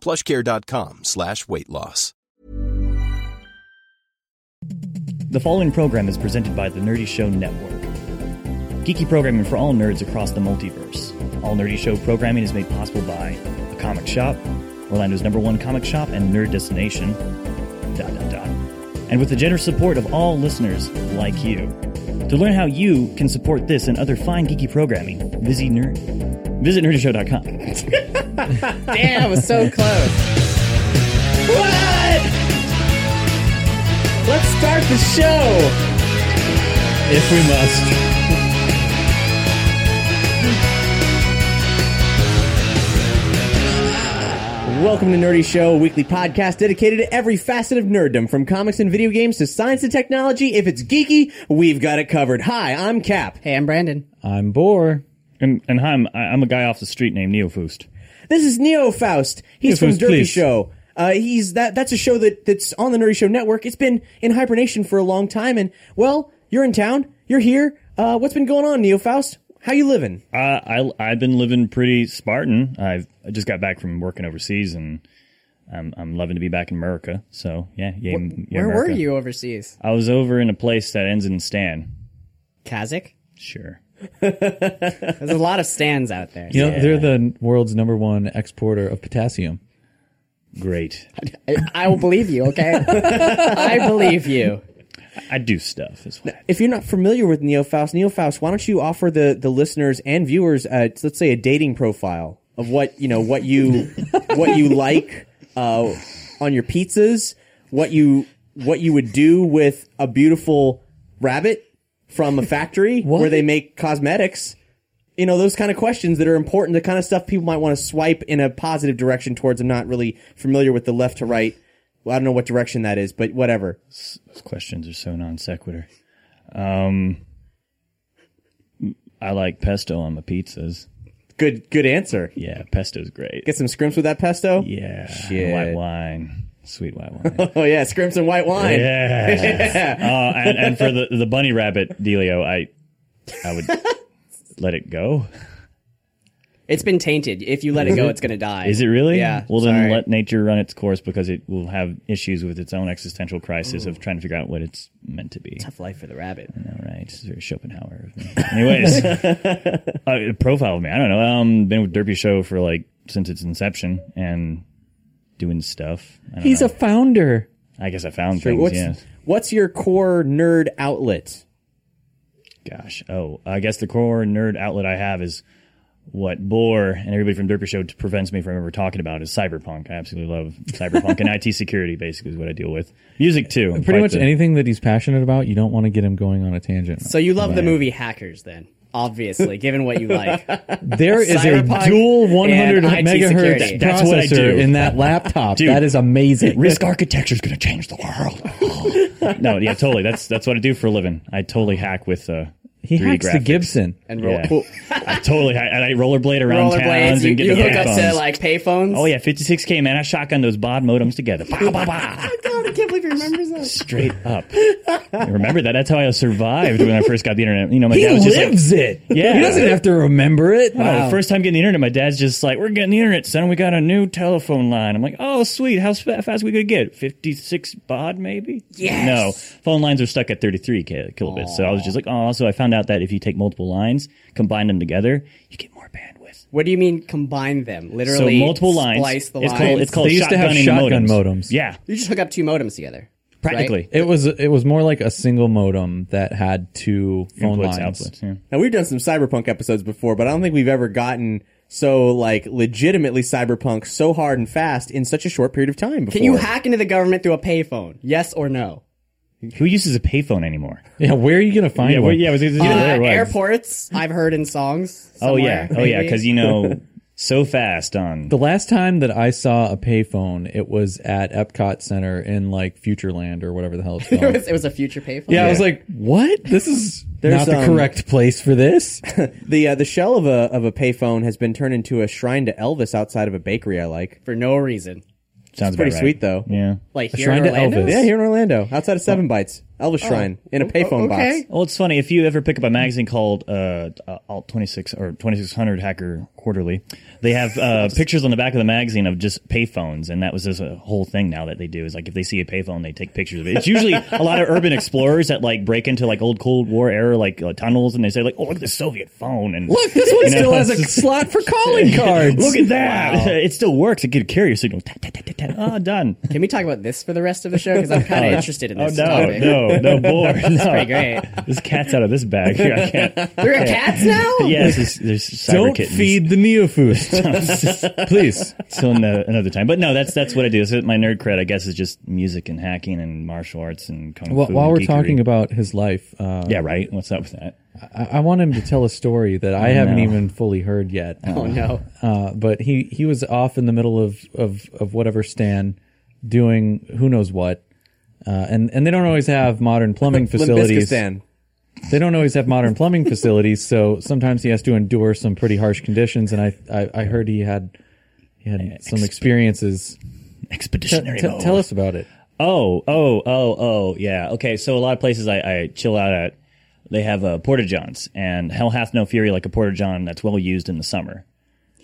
Plushcare.com slash weight loss. The following program is presented by the Nerdy Show Network. Geeky programming for all nerds across the multiverse. All Nerdy Show programming is made possible by The Comic Shop, Orlando's number one comic shop and nerd destination, dot dot dot. And with the generous support of all listeners like you. To learn how you can support this and other fine geeky programming, visit nerd visit nerdyshow.com. Damn, I was so close. what? Let's start the show. If we must. Welcome to Nerdy Show, a weekly podcast dedicated to every facet of nerddom, from comics and video games to science and technology. If it's geeky, we've got it covered. Hi, I'm Cap. Hey, I'm Brandon. I'm Boar. And, and hi, I'm, I'm a guy off the street named Neofoost. This is Neo Faust. He's Neo from Faust, Derby please. Show. Uh, he's that. That's a show that that's on the Nerdy Show network. It's been in hibernation for a long time, and well, you're in town. You're here. Uh, what's been going on, Neo Faust? How you living? Uh, I I've been living pretty Spartan. I've I just got back from working overseas, and I'm I'm loving to be back in America. So yeah, yeah. Where were you overseas? I was over in a place that ends in Stan. Kazakh? Sure. There's a lot of stands out there. You know, they're the world's number one exporter of potassium. Great. I, I will believe you, okay? I believe you. I do stuff as well. If you're not familiar with Neo Faust, Neo Faust, why don't you offer the the listeners and viewers, uh, let's say, a dating profile of what you know, what you what you like uh, on your pizzas, what you what you would do with a beautiful rabbit from a factory where they make cosmetics. You know those kind of questions that are important, the kind of stuff people might want to swipe in a positive direction towards. I'm not really familiar with the left to right. Well, I don't know what direction that is, but whatever. Those questions are so non sequitur. Um, I like pesto on my pizzas. Good, good answer. Yeah, pesto's great. Get some scrimps with that pesto. Yeah, Shit. white wine, sweet white wine. Oh yeah, scrimps and white wine. Yeah. Oh, and, and for the, the bunny rabbit dealio, I I would let it go. It's been tainted. If you let it go, it's going to die. Is it really? Yeah. Well, then sorry. let nature run its course because it will have issues with its own existential crisis of trying to figure out what it's meant to be. Tough life for the rabbit. All right, it's very Schopenhauer. of me. Anyways, uh, profile of me. I don't know. Um, been with Derpy Show for like since its inception and doing stuff. I, don't He's a founder. know. I guess I found Wait, things. what's yes. what's your core nerd outlet? Gosh. Oh, I guess the core nerd outlet I have is what Boar and everybody from Derpy Show prevents me from ever talking about is cyberpunk. I absolutely love cyberpunk and IT security. Basically, is what I deal with. Music too. Pretty Quite much the- anything that he's passionate about, you don't want to get him going on a tangent. So you love the movie Hackers, then, obviously, given what you like. there is a Cyberpunk dual and 100 IT megahertz security. processor That's what I do. in that laptop. Dude. that is amazing. Risk architecture is going to change the world. Oh. no, yeah, totally. That's that's what I do for a living. I Oh. totally hack with uh, he 3D hacks the graphics. Gibson. And roll, Yeah. I totally hack, and I rollerblade around towns rollerblades. You, and get you the hook up to headphones. like payphones. Oh yeah, 56k man. I shotgun those bod modems together. Bah, bah, bah. God, I can't believe he remembers that. Straight up. I remember that. That's how I survived when I first got the internet. You know, my He dad was just like, lives it. Yeah. He doesn't have to remember it. Oh, first time getting the internet, my dad's just like, "We're getting the internet, son. We got a new telephone line." I'm like, "Oh, sweet. How sp- fast we gonna get? Fifty six baud, maybe?" Yes. No, phone lines are stuck at thirty three kilobits. So I was just like, "Oh." So I found out that if you take multiple lines, combine them together, you get more bandwidth. What do you mean combine them? So Literally, multiple lines. Splice the it's lines. called it's called They used to have shotgunning shotgun modems. modems. Yeah, You just hook up two modems together. practically. It was it was more like a single modem that had two phone Inputs, lines. outputs. yeah. Now we've done some cyberpunk episodes before, but I don't think we've ever gotten so like legitimately cyberpunk so hard and fast in such a short period of time before. Can you hack into the government through a payphone? Yes or no? Who uses a payphone anymore? Yeah, where are you gonna find Yeah, one? well, yeah. it was- it was- Uh, yeah, there it was. airports, I've heard in songs. Oh yeah, somewhere, oh yeah, maybe. because you know so fast on The last time that I saw a payphone, it was at Epcot Center in like Futureland or whatever the hell it's called. it, was, it was a future payphone. yeah, I was like, what? This is There's, not the um, correct place for this. The uh, the shell of a of a payphone has been turned into a shrine to Elvis outside of a bakery. I like. for no reason. sounds pretty about right. sweet, though. Yeah. Like A here in Oh, shrine to Orlando? Elvis. Oh. Yeah, here in Orlando, outside of Seven Bites, Elvis shrine in a payphone okay. Well, it's funny if you ever pick up a magazine called uh, uh, Alt Twenty Six or Twenty Six Hundred Hacker Quarterly, they have uh, pictures on the back of the magazine of just payphones, and that was just a whole thing now that they do is like if they see a payphone, they take pictures of it. It's usually a lot of urban explorers that like break into like old Cold War era like uh, tunnels, and they say like, "Oh, look at the Soviet phone," and Look, this one You know, still has a it's just- slot for calling cards. Look at that! It still works. It could carry a signal. Ta, ta, ta, ta, ta. Oh, done. Can we talk about this for the rest of the show? Because I'm kind of interested in Oh this no, topic. no, no, bored. That's pretty great. This cat's out of this bag. I can't. There are cats now. Yes, there's, there's cyber Don't kittens. feed the neofood. Please. till ano- uh, another time. But no, that's that's what I do. So my nerd cred, I guess, is just music and hacking and martial arts and kung Well, fu. while and we're geekery. talking about his life, uh, yeah, right. What's up with that? I, I want him to tell a story that I haven't even fully heard yet. Oh no. Uh, but he, he was off in the middle of, of, of whatever Stan doing who knows what. Uh, and, and they don't always have modern plumbing box. Limbiskistan. facilities. They don't always have modern plumbing facilities, so sometimes he has to endure some pretty harsh conditions. And I, I, I heard he had he had some experiences. T- Expeditionary t- mode. tell us about it. Oh, oh, oh, oh, yeah. Okay, so a lot of places I, I chill out at, they have uh, porta johns, and hell hath no fury like a porta john that's well used in the summer,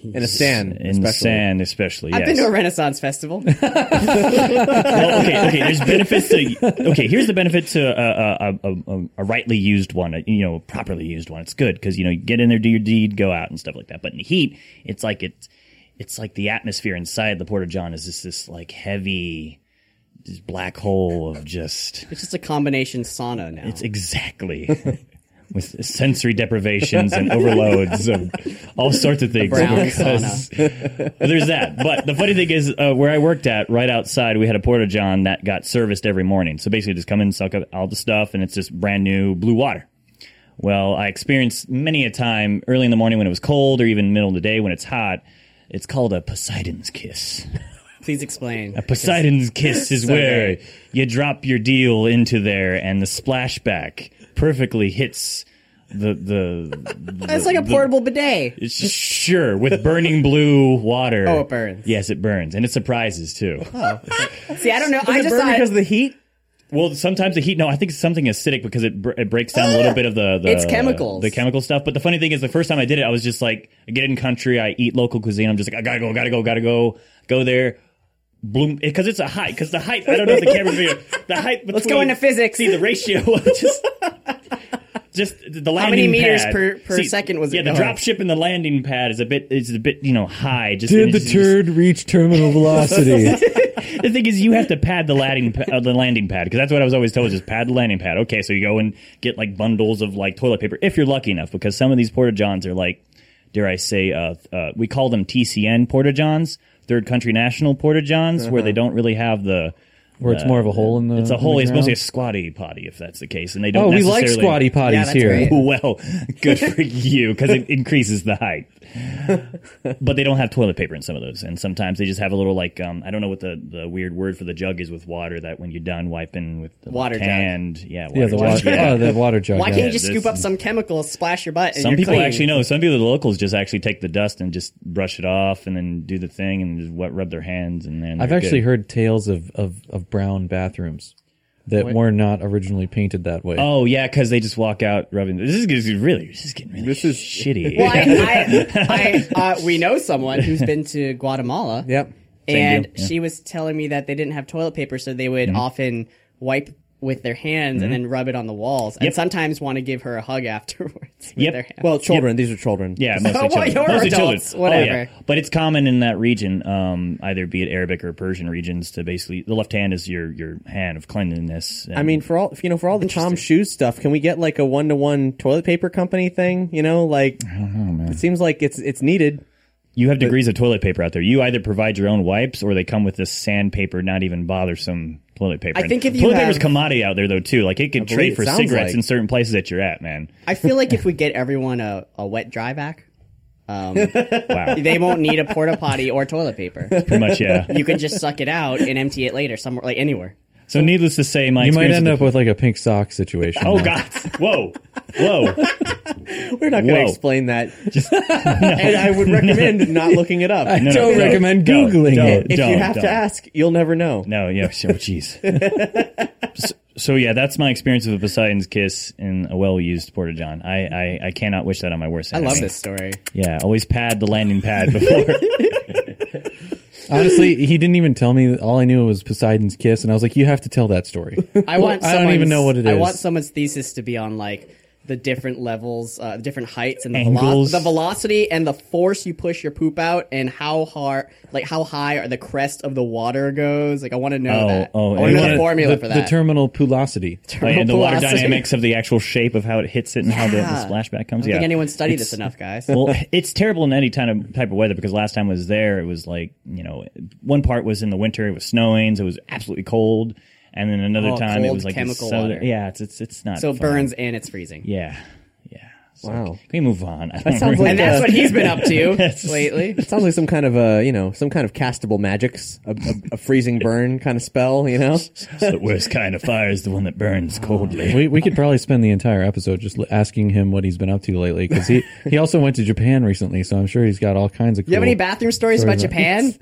in a stand. in the sand especially. I've yes. been to a Renaissance festival. It's well, okay, okay. There's benefits to. Okay, here's the benefit to uh, a, a, a, a rightly used one. A, you know, a properly used one. It's good because you know, you get in there, do your deed, go out, and stuff like that. But in the heat, it's like it's it's like the atmosphere inside the porta john is just this like heavy, this black hole of just. just a combination sauna now. It's exactly. With sensory deprivations and overloads of all sorts of things. brown because- there's that. But the funny thing is, uh, where I worked at, right outside, we had a porta john that got serviced every morning. So basically, just come in, suck up all the stuff, and it's just brand new blue water. Well, I experienced many a time early in the morning when it was cold, or even middle of the day when it's hot. It's called a Poseidon's kiss. Please explain. Poseidon's kiss is So where good. you drop your deal into there, and the splashback perfectly hits the the. Oh, It's like a portable bidet. it's sure with burning blue water. Oh, it burns. Yes, it burns, and it surprises too. See, I don't know. I just burn thought because of the heat. Well, sometimes the heat. No, I think it's something acidic because it br- it breaks down a little bit of the, the Ah, It's chemicals. the chemical stuff. But the funny thing is, the first time I did it, I was just like, I get in country, I eat local cuisine. I'm just like, I gotta go, gotta go, gotta go, go there. Bloom because it's a height. Because the height, I don't know if the camera's video. The height. Between, Let's go into physics. See the ratio. of just. Just the landing many meters pad. per- per second was it yeah the going? drop ship and the landing pad is a bit is a bit you know high just and Did the it's just- turd reach terminal velocity? the thing is, you have to pad the landing pa- uh, the landing pad because that's what I was always told: is just pad the landing pad. Okay, so you go and get like bundles of like toilet paper if you're lucky enough, because some of these porta johns are like, dare I say, uh, uh, we call them TCN porta johns, third country national porta johns, where they don't really have the. Where it's more of a hole in the. It's a in the hole. It's ground? mostly a squatty potty, if that's the case, and they don't. Oh, we like necessarily- squatty potties Yeah, that's here. great. well, good for you because it increases the height. but they don't have toilet paper in some of those, and sometimes they just have a little like um, I don't know what the, the weird word for the jug is with water that when you're done wiping with the Water jug. hand, yeah, water Yeah, the jug, water. yeah. Oh, the water jug. Why yeah. can't you just this scoop up some chemicals, splash your butt, and Some you're people clean? actually know. Some people, the locals, just actually take the dust and just brush it off, and then do the thing and just wet, rub their hands, and then I've they're actually good. heard tales of, of, of brown bathrooms that were not originally painted that way. Oh yeah, because they just walk out rubbing. This is this is really this is getting really this is shitty. Well, I, I, I, uh, we know someone who's been to Guatemala. Yep. And deal, yeah. Mm-hmm. she was telling me that they didn't have toilet paper, so they would often wipe with their hands and then rub it on the walls, and sometimes want to give her a hug afterwards. With Yep. their hands. Well, children. These are children. Yeah, mostly Well, children. you're mostly adults, children. Oh, yeah. whatever. But it's common in that region, um, either be it Arabic or Persian regions, to basically the left hand is your your hand of cleanliness. and- I mean, for all you know, for all the Tom Shoes stuff, can we get like a one to one toilet paper company thing? You know, like it seems like it's it's needed. you have degrees of toilet paper out there. You either provide your own wipes, or they come with this sandpaper, not even bothersome toilet paper. I And think if you toilet have- paper's commodity out there though too, like it can believe trade it for sounds cigarettes like- in certain places that you're at, man. I feel like if we get everyone a, a wet dry back, Wow. They won't need a porta potty or toilet paper. Pretty much, yeah. You can just suck it out and empty it later somewhere, like anywhere. So, needless to say, my You might experience end with up with like a pink sock situation. the- Oh God! Whoa! Whoa! We're not going Whoa. to explain that. and I would recommend not looking it up. no, don't no, recommend don't, googling don't, it. if don't, you have don't. to ask, you'll never know. No, yeah, so oh, jeez. So- so yeah, that's my experience with Poseidon's kiss in a well-used porta john. I, I I cannot wish that on my worst I enemy. love this story. Yeah, always pad the landing pad before. Honestly, he didn't even tell me. All I knew was Poseidon's kiss, and I was like, "You have to tell that story." I want. I don't even someone's- know what it I is. want someone's thesis to be on like the different levels, uh, different heights, and the, velo- Angles. the velocity and the force you push your poop out, and how hard, like how high or the crest of the water goes. Like I want to know Oh, that. oh, I want to and know the- the formula the, for The that. terminal pulosity. Oh, yeah, and the water Velocity. dynamics of the actual shape of how it hits it and how the, the Yeah. splashback I comes. don't yeah, think anyone studied It's- this enough, guys. well, it's terrible in any kind of type of weather because last time I was there, it was like you know, one part was in the winter, it was snowing, so it was absolutely cold, and then another Oh, time it cold was like the chemical southern- water. Yeah, it's it's it's not so it fun. burns and it's freezing. Yeah, yeah. So Wow. Can we move on? I don't sounds really- like- And that's Yeah. what he's been up to lately. It sounds like some kind of a, you know, some kind of castable magics, a, a, a freezing burn kind of spell, you know? the worst kind of fire is the one that burns coldly. We, we could probably spend the entire episode just l- asking him what he's been up to lately because he, he also went to Japan recently, so I'm sure he's got all kinds of. Cool, You have any bathroom stories about Sorry about- Japan?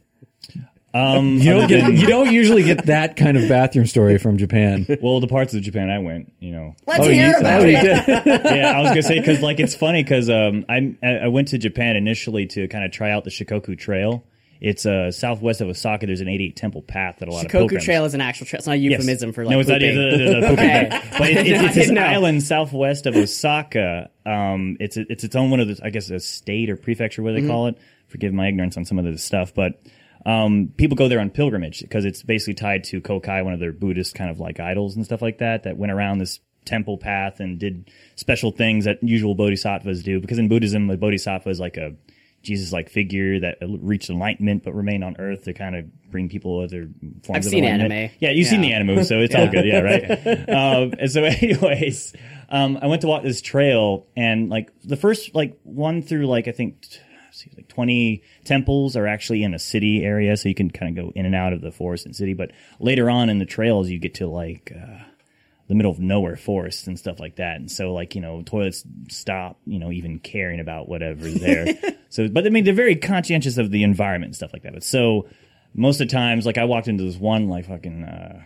Um, You don't other get than- you don't usually get that kind of bathroom story from Japan. well, the parts of Japan I went, Oh, you know, Let's hear about it. yeah, I was gonna say because like it's funny because um, I I went to Japan initially to kind of try out the Shikoku Trail. It's uh, southwest of Osaka. There's an 88 temple path that a lot of Koku pilgrims. Trail is an actual trail. It's not a Yes. euphemism for like no, it's not it pooping. is- it is a pooping Okay. thing. But it, it's, it's this No. island southwest of Osaka. Um, it's it's its own one of the I guess a state or prefecture what they Mm-hmm. call it. Forgive my ignorance on some of this stuff, but um, people go there on pilgrimage because it's basically tied to Kokai, one of their Buddhist kind of like idols and stuff like that. That went around this temple path and did special things that usual bodhisattvas do. Because in Buddhism, a bodhisattva is like a Jesus like figure that reached enlightenment but remained on earth to kind of bring people other forms I've of seen enlightenment. anime. Yeah, you've seen the Yeah. anime, so it's all good. Yeah, right. um, and so, anyways, um, I went to walk this trail, and like the first like one through like I think t- see, like twenty temples are actually in a city area, so you can kind of go in and out of the forest and city. But later on in the trails, you get to like. Uh, the middle of nowhere forests and stuff like that. And so like, you know, toilets stop, you know, even caring about whatever is there. so but I mean they're very conscientious of the environment and stuff like that. But so most of the times, like I walked into this one like fucking uh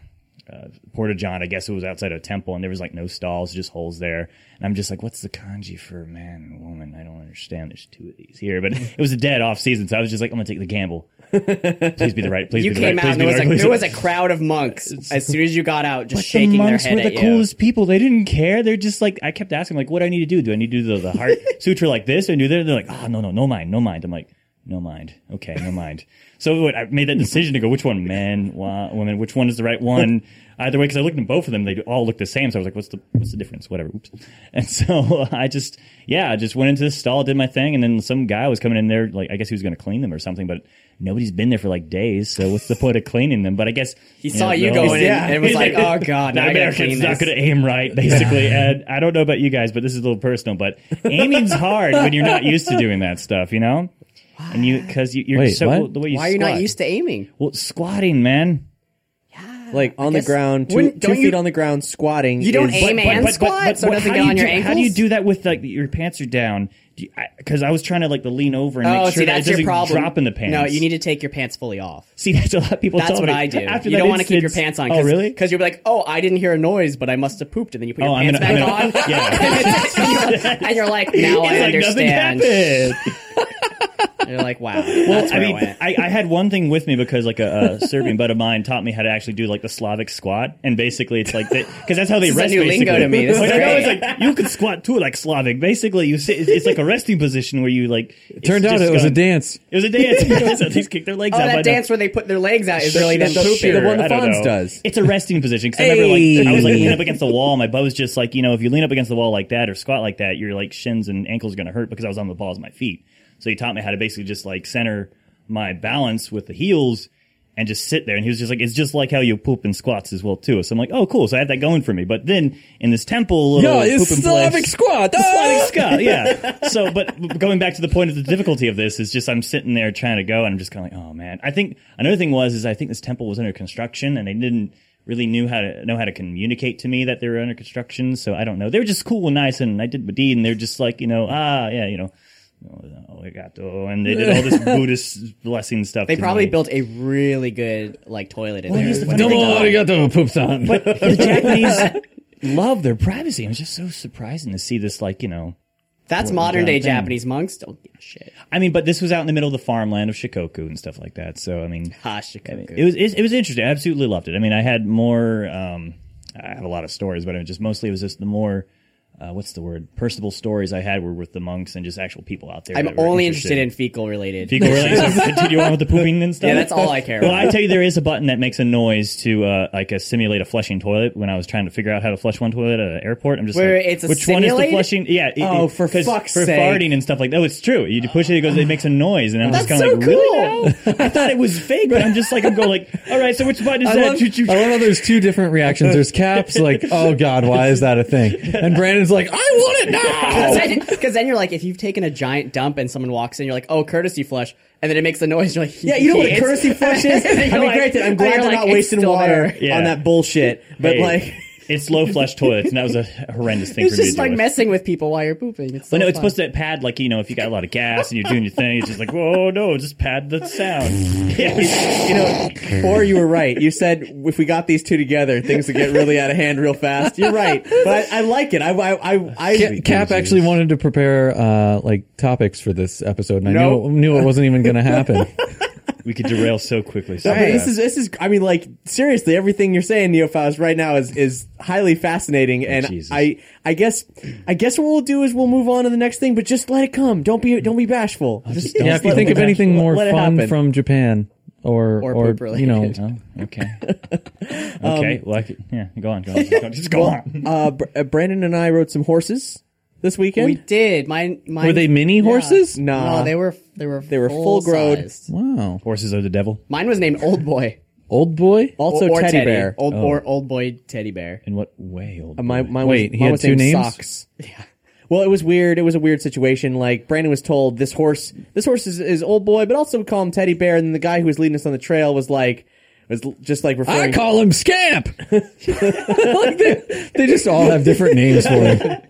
uh, Porta John, I guess it was outside a temple, and there was like no stalls, just holes there. And I'm just like, what's the kanji for man and woman? I don't understand. There's two of these here, but it was a dead off season, so I was just like, I'm gonna take the gamble. Please be the right. Please You be the right. came out please and be the there was, right, a, please there be- was a crowd of monks as soon as you got out, just but shaking the their monks head were at the you. coolest people. They didn't care. They're just like I kept asking, like, what do I need to do? Do I need to do the, the heart sutra like this? And do that? They're like, oh no, no, no mind, no mind. I'm like, no mind. Okay, no mind. So what, I made that decision to go, which one, man, wa- woman, which one is the right one? Either way, because I looked at both of them, they all looked the same. So I was like, what's the what's the difference? Whatever. Oops. And so uh, I just yeah, I just went into the stall, did my thing, and then some guy was coming in there, like I guess he was going to clean them or something, but. Nobody's been there for like days, so what's the point of cleaning them? But I guess He saw you they're all- going in and was like, "Oh, God, now the I gotta American's clean not this." going to aim right, basically. And I don't know about you guys, but this is a little personal. But aiming's hard when you're not used to doing that stuff, you know. And you because you, you're Wait, so what? the way you Why are you squat. not used to aiming? well squatting, man. Like on the guess- ground, two, wouldn't- two don't feet you- on the ground, squatting. You don't is- aim and squat, so it what- doesn't how get do you on your do- ankles. How do you do that with like your pants are down? Because I, was trying to like to lean over and Oh, make sure see, that that's it your doesn't problem. drop in the pants. No, you need to take your pants fully off. see that's a lot of people. That's tell what me. I do. After you that don't want to keep your instance- pants on. Oh, really? Because you'll be like, "Oh, I didn't hear a noise, but I must have pooped," and then you put Oh, your I'm pants gonna- back I'm on, gonna- yeah. and you're like, "Now I It's like nothing understand." happened. And you're like, "Wow, that's I where I mean, went." I, I had one thing with me because like a, a Serbian bud of mine taught me how to actually do like the Slavic squat, and basically it's like because that's how they This is a rest. new lingo basically. to me. This is like, I was great. like, you could squat too, like Slavic. Basically, you sit. It's, it's like a resting position where you like. It Turned out it was a dance. It was a dance. so these kick their legs Oh, out. by that the- dance where they put their legs out is really them Sure, pooping. The one I that don't Fonz know. does. It's a resting position because I remember like I was like leaning up against the wall. My butt was just like you know if you lean up against the wall like that or squat like that, your like shins and ankles are gonna hurt because I was on the balls of my feet. So he taught me how to basically just like center my balance with the heels and just sit there. And he was just like, it's just like how you poop in squats as well too. So I'm like, oh cool. So I had that going for me. But then in this temple, little poop and place- squat. Ah! Sliding Scott, yeah. So, but going back to the point of the difficulty of this is just I'm sitting there trying to go, and I'm just kind of like, oh man. I think another thing was is I think this temple was under construction, and they didn't really knew how to know how to communicate to me that they were under construction. So I don't know. They were just cool and nice, and I did my deed, and they're just like, you know, ah, yeah, you know. Oh, arigato, and they did all this Buddhist blessing stuff. They to probably me. built a really good like toilet in Well, there. here's the funny thing. poops on. the Japanese love their privacy. It was just so surprising to see this, like you know, That's Well, modern day yeah, thing. Japanese monks don't give a shit. I mean, but this was out in the middle of the farmland of Shikoku and stuff like that. So I mean, Ha, I mean, Shikoku. it was it, it was interesting. I absolutely loved it. I mean, I had more. Um, I have a lot of stories, but it was just mostly it was just the more. Uh, what's the word? Personable stories I had were with the monks and just actual people out there. I'm that were only interested in fecal related. If you go really so continue on with the pooping and stuff. Yeah, that's all I care Well, about. I tell you, there is a button that makes a noise to uh, like a simulate a flushing toilet. When I was trying to figure out how to flush one toilet at an airport, I'm just Wait, like, wait, it's a which one is simulate? the flushing? Yeah. it- Oh, it- for 'cause fuck's for sake. farting and stuff like that. Oh, it's true. You push it, it goes. It makes a noise, and I'm just kind That's of like, so really? now? I thought it was fake, but I'm just like, I'm going like, all right. So which button is that? Choo- choo- I love how there's two different reactions. There's Caps like, "Oh God, why is that a thing?" And Brandon's like, "I want it now." Oh. Because then you're like, if you've taken a giant dump and someone walks in, you're like, oh, courtesy flush. And then it makes a noise. You're like, Yeah, you know what a "Yes." courtesy flush is? And you're I mean, like- granted, I'm and glad you're they're like, not "It's wasting still water there." Yeah. on that bullshit. But Hey, like, it's low flush toilets, and that was a horrendous thing It's for me just to like do. messing with people while you're pooping. It's so But no, it's fun. supposed to pad like you know if you got a lot of gas and you're doing your thing, it's just like whoa no, just pad the sound. Yeah. you know, or you were right. You said if we got these two together, things would get really out of hand real fast. You're right, but I, I like it. I, I, I, I Ca- Cap actually wanted to prepare uh, like topics for this episode, and I No. knew knew it wasn't even going to happen. we could derail so quickly. So I mean, fast. this is this is. I mean, like seriously, everything you're saying, Neophiles, right now is is highly fascinating. Oh, And Jesus. I, I guess, I guess what we'll do is we'll move on to the next thing. But just let it come. Don't be don't be bashful. Just yeah, if you think of anything more fun from Japan or Or or, poop you know, related. Oh, okay. okay. well, I could, yeah. Go on. Go on. Go on. Just go on. uh, Br- uh, Brandon and I rode some horses this weekend. We did. Mine, mine. were they mini horses? nah, No, they were. They were. They were full-grown. Wow, Horses are the devil. Mine was named Old Boy. old boy. also or, or teddy, bear. Oh. Old or Old Boy Teddy Bear. In what way, old? Uh, My, boy? my Wait, was, he mine had was two named names? Socks. Well, it was weird. It was a weird situation. Like Brandon was told, this horse, this horse is, is old boy, but also we call him Teddy Bear. And then the guy who was leading us on the trail was like, was l- just like Ah, I referring. call him Scamp. Like, they, they just all have different names for him.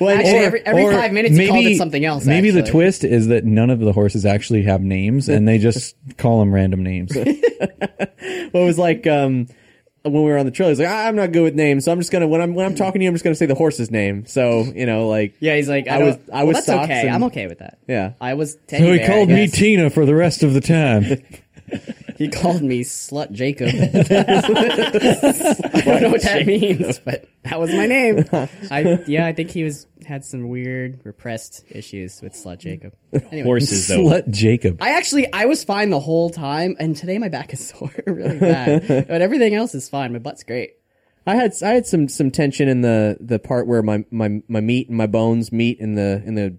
well, Actually, or- every, every Or five minutes he called it something else. Maybe the actually. twist is that none of the horses actually have names, and they just call them random names. well, it was like um, when we were on the trail. He's like, "Ah, I'm not good with names, so I'm just gonna when I'm when I'm talking to you, I'm just gonna say the horse's name. So you know, like Yeah, he's like, I, I don't- was- I well, was that's socks okay. and- I'm okay with that. yeah. I was Teddy so he Bear. called I me guess. Tina for the rest of the time. He called me slut Jacob. I don't know what that means, but that was my name. I yeah, I think he was had some weird repressed issues with slut Jacob. Anyway, horses though. Slut Jacob. I actually I was fine the whole time, and today my back is sore really bad, but everything else is fine. My butt's great. I had I had some some tension in the the part where my my my meat and my bones meet in the in the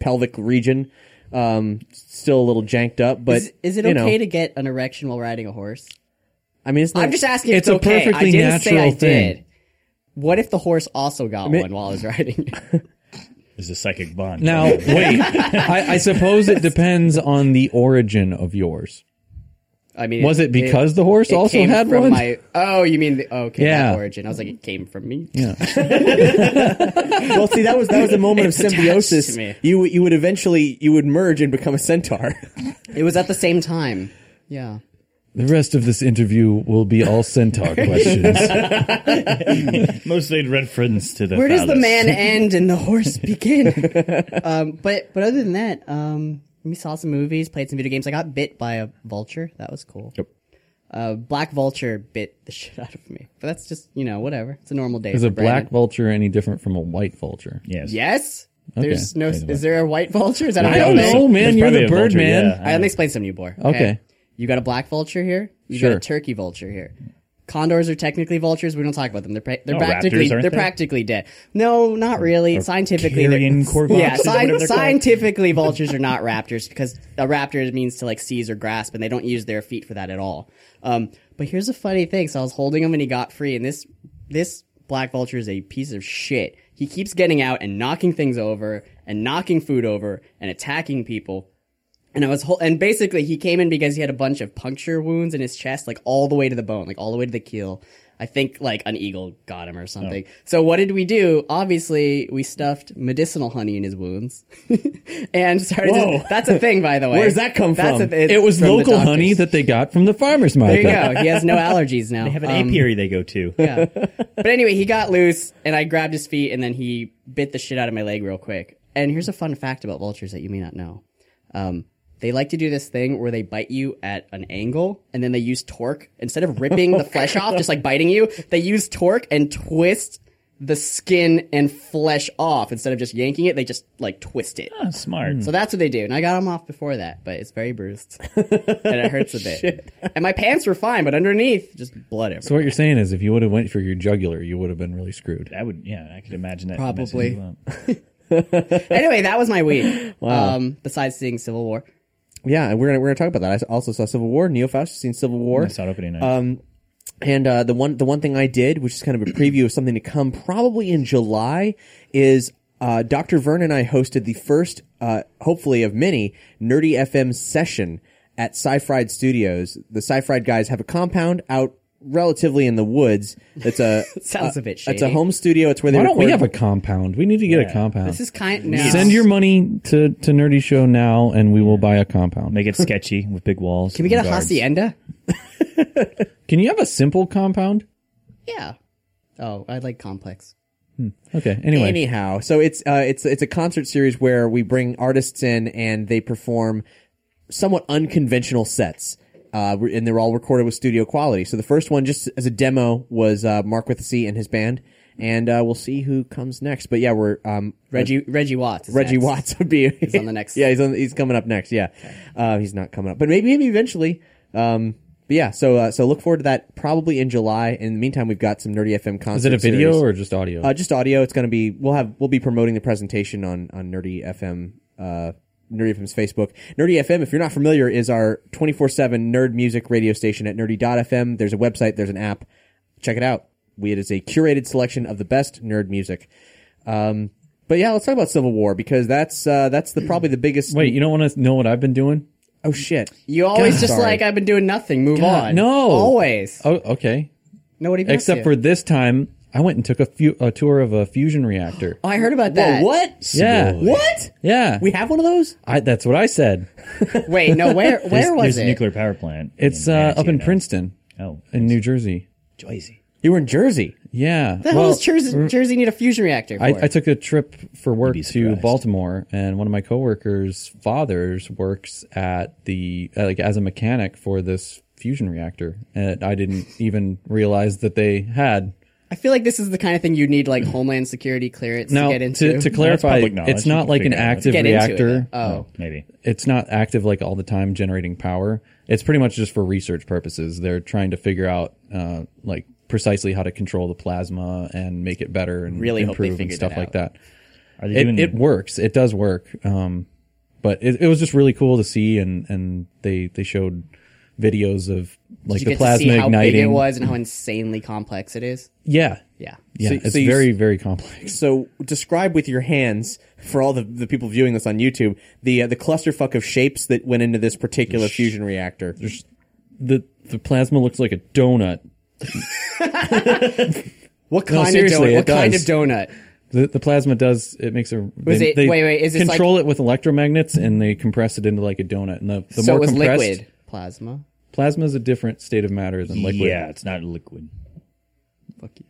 pelvic region. Um, still a little janked up, but Is, is it you okay know, to get an erection while riding a horse? I mean, it's not. I'm just asking. if It's It's, a okay. perfectly I didn't say natural I thing. did. What if the horse also got one while I was riding? There's a psychic bond. Now, wait. I, I suppose it depends on the origin of yours. I mean, Was it because the horse also came had from one? My, oh, you mean the, okay? Yeah. That origin. I was like, it came from me. Yeah. well, see, that was that was a moment of It's attached symbiosis. to me. You would- you would eventually you would merge and become a centaur. It was at the same time. Yeah. The rest of this interview will be all centaur questions. mostly red friends to the. Where does the phallus. man end and the horse begin? um, but but other than that, um, we saw some movies, played some video games. I got bit by a vulture. That was cool. Yep. Uh, black vulture bit the shit out of me. But that's just you know whatever. It's a normal day. Is for a black Brandon. vulture any different from a white vulture? Yes. Yes. There's Okay. no. Is there a white vulture? Is that I a don't real thing? know, man. There's You're probably the a bird vulture, man. yeah. I, let me explain something, you boy. Okay. You got a black vulture here. You Sure. got a turkey vulture here. Condors are technically vultures. We don't talk about them. They're pra- they're No, raptors, practically aren't they're they? practically dead. No, not really. Scientifically, they're- carrion corvoxes yeah. or whatever they're called. scientifically, vultures are not raptors because a raptor means to like seize or grasp, and they don't use their feet for that at all. Um, but here's a funny thing. So I was holding him, and he got free. And this this black vulture is a piece of shit. He keeps getting out and knocking things over, and knocking food over, and attacking people. And I was hol- and basically he came in because he had a bunch of puncture wounds in his chest, like all the way to the bone, like all the way to the keel. I think like an eagle got him or something. Oh. So what did we do? Obviously, we stuffed medicinal honey in his wounds, and started. Whoa. To, that's a thing, by the way. Where does that come That's from? A, it's It was from the local doctors. honey that they got from the farmer's market. There you go. He has no allergies now. They have an Uh, Um, apiary they go to. yeah. But anyway, he got loose, and I grabbed his feet, and then he bit the shit out of my leg real quick. And here's a fun fact about vultures that you may not know. Um, they like to do this thing where they bite you at an angle, and then they use torque instead of ripping the flesh off, just like biting you. They use torque and twist the skin and flesh off instead of just yanking it. They just like twist it. Ah, smart. So that's what they do. And I got him off before that, but it's very bruised. and it hurts a bit. And my pants were fine, but underneath, just blood everywhere. So what you're saying is, if you would have went for your jugular, you would have been really screwed. I would, yeah, I could imagine that. Probably. messing you up. anyway, that was my week. Um, besides seeing Civil War, Yeah, and we're gonna we're gonna talk about that. I s- also saw Civil War. Neo Faust seen Civil War. I saw it opening night. Um, and uh, the one the one thing I did, which is kind of a preview of something to come, probably in July, is uh, Dr. Vern and I hosted the first, uh, hopefully of many, Nerdy FM session at Sci-Fried Studios. The Sci-Fried guys have a compound out relatively in the woods. It's a Sounds a bit It's a shady. home studio. It's where they Why don't we record- have a compound? We need to get a compound. this is kind. Now, Send your money to, to Nerdy Show now, and we will buy a compound. Make it sketchy with big walls. Can we get a hacienda? Can you have a simple compound? Yeah. Oh, I like complex. Okay. Anyway, Anyhow, so it's uh, it's it's a concert series where we bring artists in and they perform somewhat unconventional sets, uh, re- and they're all recorded with studio quality. So the first one, just as a demo, was uh, Mark with a C and his band, and uh, we'll see who comes next. But yeah, we're um, Reggie Reggie Watts. is Reggie next. Watts would be he's on the next. yeah, he's on, he's coming up next. Yeah, uh, he's not coming up, but maybe maybe eventually. Um, but yeah, so uh, so look forward to that probably in July. In the meantime, we've got some Nerdy FM concert. is it a video series. or just audio? Uh, just audio. It's going to be we'll have we'll be promoting the presentation on on Nerdy FM. Uh, Nerdy FM's Facebook. Nerdy FM, if you're not familiar, is our 24 7 nerd music radio station at nerdy.fm. There's a website, there's an app. Check it out. We, it is a curated selection of the best nerd music. Um, but yeah, let's talk about Civil War because that's, uh, that's the, probably the biggest. Wait, you don't want to know what I've been doing? Oh shit. You always God, just sorry. like I've been doing nothing. Move on. no. always. Oh, okay. No, what have you been up Except to? for this time, I went and took a, fu- a tour of a fusion reactor. Oh, I heard about Whoa, that. what? yeah. What? Yeah. We have one of those? I, that's what I said. Wait, no. Where where There's, was there's it? a nuclear power plant. It's in uh, up in Arizona. Princeton, Oh, in New Jersey. Jersey. You were in Jersey. Yeah. the hell well, does Jersey, Jersey need a fusion reactor for? I, I took a trip for work be to surprised. Baltimore, and one of my coworkers' fathers works at the uh, like as a mechanic for this fusion reactor, and I didn't even realize that they had. I feel like this is the kind of thing you need like Homeland Security clearance Now, to get into. to, clarify, public knowledge. it's You not can like an figure it out. active Get into it, reactor. though. Oh. Maybe. It's not active like all the time, generating power. It's pretty much just for research purposes. They're trying to figure out uh, like precisely how to control the plasma and make it better and Really hope they improve and figured it stuff like out. that. Are they it, doing it works. It does work. Um, but it, it was just really cool to see, and and they they showed videos of Did like you the get plasma to see how igniting. big it was and how insanely complex it is? Yeah, Yeah. yeah. So- it's so you- very very complex. So describe with your hands for all the, the people viewing this on YouTube the uh, the clusterfuck of shapes that went into this particular fusion reactor. The the plasma looks like a donut. What kind of seriously, donut? it What kind of does. donut? The, the plasma does it makes a Was they, it- they wait, wait, is this like- control it with electromagnets and they compress it into like a donut and the, the so more it was compressed liquid plasma. plasma is a different state of matter than liquid Yeah, it's not liquid. Fuck you.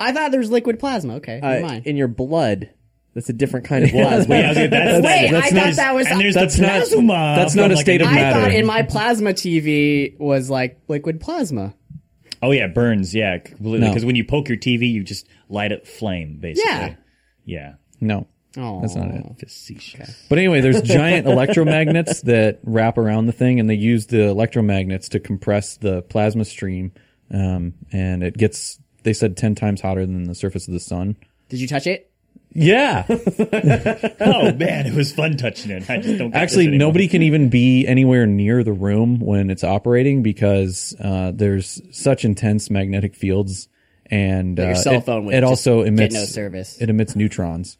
I thought there was liquid plasma. Okay, Uh, never mind. in your blood, that's a different kind of plasma. Yeah, okay, that's, Wait, that's I not thought as- that was- And there's That's the not- plasma that's from not a like state of I matter. thought in my plasma TV was like liquid plasma. Oh yeah, it burns. Yeah, completely. No. Because when you poke your TV, you just light up flame, basically. Yeah. Yeah. no Oh, That's not it. Facetious. But anyway, there's giant electromagnets that wrap around the thing, and they use the electromagnets to compress the plasma stream, um, and it gets. They said ten times hotter than the surface of the sun. Did you touch it? Yeah, oh man, it was fun touching it. I just don't get actually, this anymore. nobody can even be anywhere near the room when it's operating because uh, there's such intense magnetic fields, and That your uh, cell it, phone would it just also get emits no service. It emits neutrons,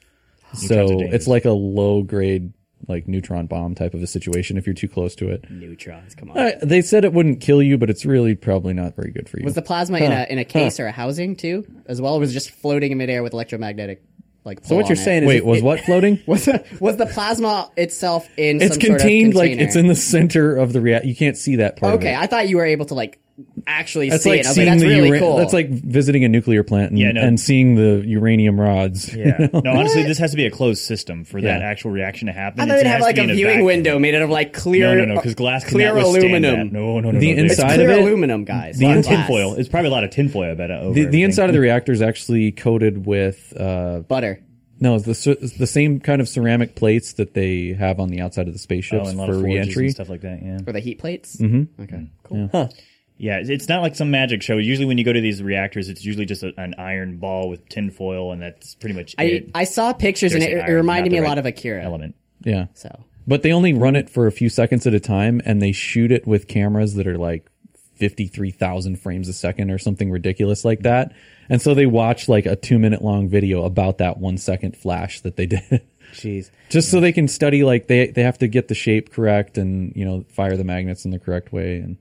so are dangerous. it's like a low grade like neutron bomb type of a situation if you're too close to it. Neutrons, come on. Uh, they said it wouldn't kill you, but it's really probably not very good for you. was the plasma in a in a case or a housing too, as well? Or was it just floating in midair with electromagnetic like? So what you're saying is Wait, it- was it- what floating? was the, was the plasma itself in? it's some contained sort of like container? it's in the center of the react. You can't see that part. of Okay, it. I thought you were able to like actually that's see like it. I was like, seeing that's the really ura- cool. That's like visiting a nuclear plant and, Yeah, no. and seeing the uranium rods. Yeah. No, honestly, What? this has to be a closed system for that Yeah. actual reaction to happen. I It thought they'd have has like to be a in viewing vacuum. window made out of like No, clear, no, no, because glass can clear aluminum. That. No, no, no. The no, inside it's of Clear it- aluminum, guys. the not inside- glass. tinfoil. It's probably a lot of tinfoil. I bet. Over The, the everything. inside of the reactor is actually coated with uh, butter. no, it's the cer- it's the same kind of ceramic plates that they have on the outside of the spaceships oh, and a lot for of forges reentry. and stuff like that. Yeah. Or the heat plates? Mm-hmm. Okay, cool. Yeah, it's- it's not like some magic show. Usually, when you go to these reactors, it's usually just a, an iron ball with tinfoil, and that's pretty much I, it. I saw pictures and There's it, the it iron, reminded not me the a red lot of Akira. element. Yeah, So but they only run it for a few seconds at a time, and they shoot it with cameras that are like fifty-three thousand frames a second or something ridiculous like that. And so they watch like a two-minute-long video about that one-second flash that they did. Jeez. just so they can study like they they have to get the shape correct and you know fire the magnets in the correct way and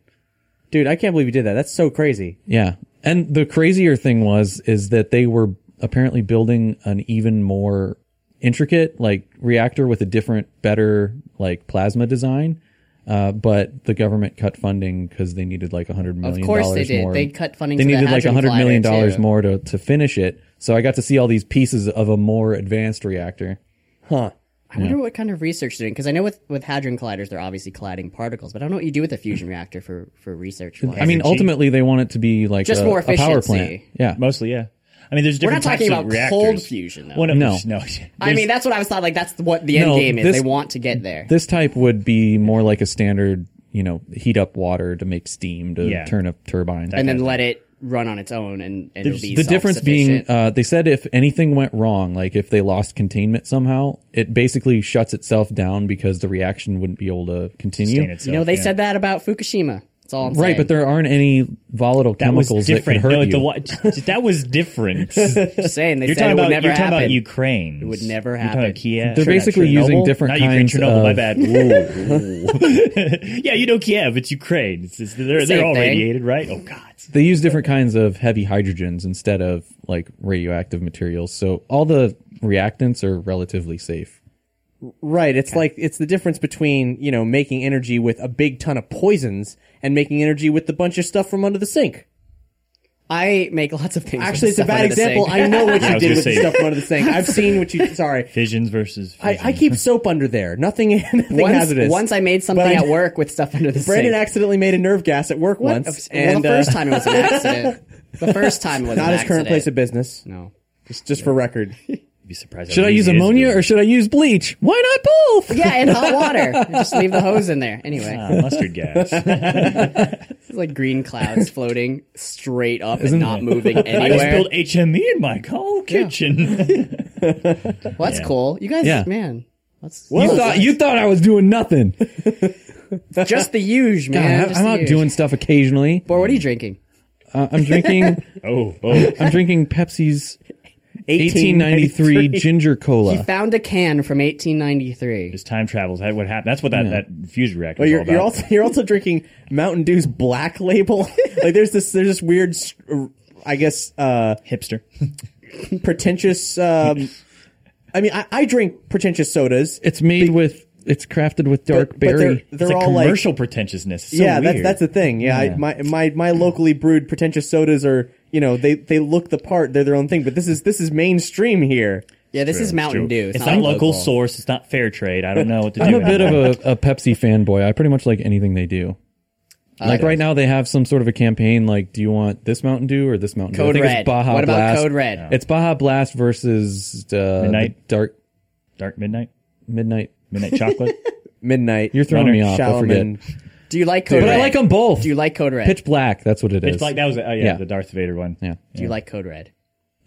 Dude, I can't believe you did that. That's so crazy. yeah and the crazier thing was is that they were apparently building an even more intricate like reactor with a different better like plasma design uh, but the government cut funding because they needed like a hundred million course they dollars did. more. They cut funding They to the needed like a Hadron hundred million Collider, dollars too. more to, to finish it. So I got to see all these pieces of a more advanced reactor. I wonder what kind of research they're doing because I know with, with hadron colliders they're obviously colliding particles, but I don't know what you do with a fusion reactor for for research. I mean, ultimately they want it to be like Just a, more a power plant. efficiency. Yeah, Mostly, yeah. I mean, there's we're not different talking types about of reactors. cold fusion though. One of No. no. I mean, There's- that's what I was thought. Like that's what the end No, game is. they this- want to get there. this type would be more like a standard, you know, heat up water to make steam to Yeah. turn a turbine. and then let it run on its own and, and it'll be the difference being, uh, they said if anything went wrong, like if they lost containment somehow, it basically shuts itself down because the reaction wouldn't be able to continue. Sustain itself, you know they yeah. said that about Fukushima. That's all I'm saying. Right, but there aren't any volatile that was chemicals that could different. hurt no, you. the wa- that was different. you're Just saying they said talking it would about never you're happen. talking about Ukraine. It would never You're happen. talking about Kiev. They're basically using Chernobyl? different Not Ukraine, kinds Chernobyl. My of- bad. Ooh, ooh. yeah, you know Kiev. It's Ukraine. It's, it's, they're Same they're all thing. radiated, right? Oh God. they use different kinds of heavy hydrogens instead of like radioactive materials. So all the reactants are relatively safe. Right. It's like, it's the difference between, you know, making energy with a big ton of poisons and making energy with the bunch of stuff from under the sink. I make lots of things. with Actually, it's a stuff bad under the sink. example. I know what Yeah, I you was did gonna with the say- stuff from under the sink. I've seen what you, sorry. Fissions versus. I, I keep soap under there. Nothing, nothing once, hazardous. once I made something But I- at work with stuff under the Brandon sink. accidentally made a nerve gas at work What? once. Well, and the uh, first time it was an accident. The first time was not an his current accident. place of business. No. Just, just for record. You'd be surprised. Should I use ammonia or should I use bleach? Why not both? Yeah, and hot water. Just leave the hose in there. Anyway, mustard gas? it's like green clouds floating straight up and not moving I just anywhere. spilled HME in my whole kitchen. Well, that's cool. You guys, Yeah. man. That's You thought you thought I was doing nothing. just the huge, man. God, just I'm the out huge. doing stuff occasionally. Boy, what are you drinking? Uh, I'm drinking. oh, oh. I'm drinking Pepsi's 1893 ginger He cola. found a can from 1893. It's time travels. That what happened. That's what that, that fusion reactor But is you're, all about. you're also you're also drinking Mountain Dew's Black Label. like there's this there's this weird, s- r- I guess, uh, hipster. pretentious. Um, I mean, I, I drink pretentious sodas. It's made with. It's crafted with dark But- but they're- berry. they're It's a all like- commercial pretentiousness. It's so yeah, that's weird. that's the thing. Yeah, I, my my my locally brewed pretentious sodas are you know they they look the part. They're their own thing. But this is this is mainstream here. Yeah, this is Mountain Dew. It's, not, local, source. It's not fair trade. I don't know what to do. I'm a bit of a, a Pepsi fanboy. I pretty much like anything they do. Like right now, they have some sort of a campaign. Like, do you want this Mountain Dew or this Mountain Dew? I Code think Red. It's Baja What about Blast. Code Red? It's Baja Blast versus uh, the Midnight? dark. Dark Midnight, Midnight. Midnight Chocolate. Midnight. You're throwing me off. I Shyamalan. Do you like Code But Red? I like them both. Do you like Code Red? Pitch Black. That's what it is. it's like that was it. oh yeah, Yeah. the Darth Vader one. Yeah. Do you like Code Red?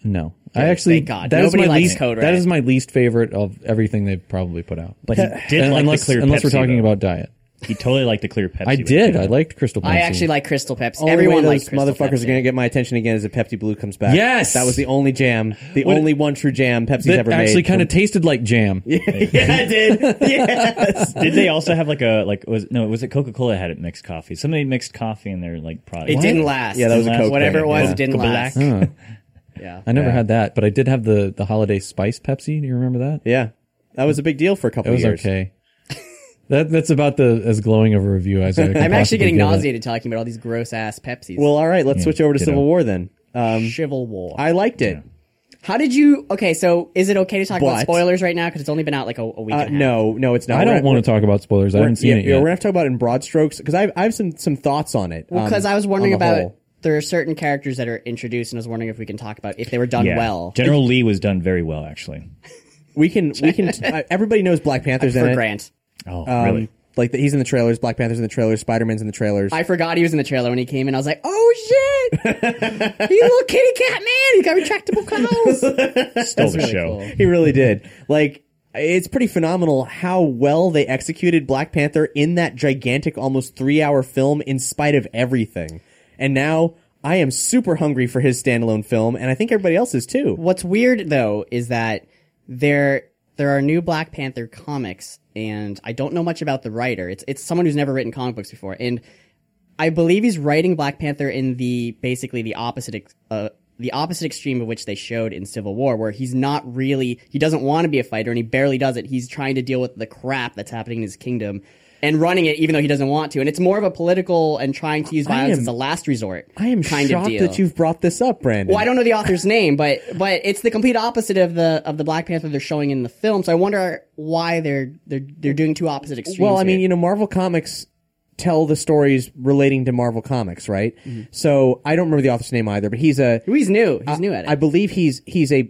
No, I actually. thank God. that is Nobody my likes least. Code That Red. is my least favorite of everything they've probably put out. But he did And- like unless the clear unless Pepsi, we're talking though. about diet. He totally liked the clear Pepsi. I when it did. came I out. liked Crystal. Pepsi. I actually like Crystal Pepsi. Only Everyone way those likes Crystal motherfuckers Pepsi. are gonna get my attention again is if Pepsi Blue comes back. Yes! that was the only jam, the What- only one true jam Pepsi's that ever actually made. kind of tasted like jam. yeah, it did. Yes. Did they also have like a like was no was it Coca Cola had it mixed coffee? Somebody mixed coffee in their like product. It didn't last. Yeah, that was a Coke Whatever thing, it was, yeah. Mm. it didn't Kablack. last. Huh. Yeah. I never had that, but I did have the the holiday spice Pepsi. Do you remember that? yeah, that was a big deal for a It couple was years. okay. that that's about the as glowing of a review as I. can I'm possibly actually getting give it. nauseated talking about all these gross ass Pepsis. Well, all right, let's switch over to ditto. Civil War then. Um, Civil War. I liked it. How did you? Okay, so is it okay to talk But- about spoilers right now? Because it's only been out like a, a week. Uh, and a half. no, no, it's not. I We're don't not- want to talk about spoilers. I haven't seen yeah, it yeah, yet. We're gonna have to talk about it in broad strokes because I, I have some some thoughts on it. Well, because um, I was wondering on the about whole. there are certain characters that are introduced, and I was wondering if we can talk about if they were done Yeah. well. General Lee was done very well actually. we can we can uh, everybody knows Black Panther's in for it. Grant, Oh Um, really? Like the, he's in the trailers. Black Panther's in the trailers. Spider Man's in the trailers. I forgot he was in the trailer when he came in. I was like, "Oh shit, he's a little kitty cat man. He's got retractable claws." Stole the really show. cool. he really did. Like it's pretty phenomenal how well they executed Black Panther in that gigantic, almost three-hour film, in spite of everything. And now I am super hungry for his standalone film, and I think everybody else is too. What's weird though is that there there are new Black Panther comics, and I don't know much about the writer. It's it's someone who's never written comic books before, and I believe he's writing Black Panther in the basically the opposite ex- uh, the opposite extreme of which they showed in Civil War, where he's not really he doesn't want to be a fighter and he barely does it. He's trying to deal with the crap that's happening in his kingdom. And running it, even though he doesn't want to, and it's more of a political and trying to use violence am- as a last resort. I am kind shocked of deal. that you've brought this up, Brandon. Well, I don't know the author's name, but but it's the complete opposite of the of the Black Panther they're showing in the film. So I wonder why they're they're they're doing two opposite extremes. Well, I mean, here. you know, Marvel Comics tell the stories relating to Marvel Comics, right? So I don't remember the author's name either, but he's a Mm-hmm. he's new. He's new at it. I believe he's he's a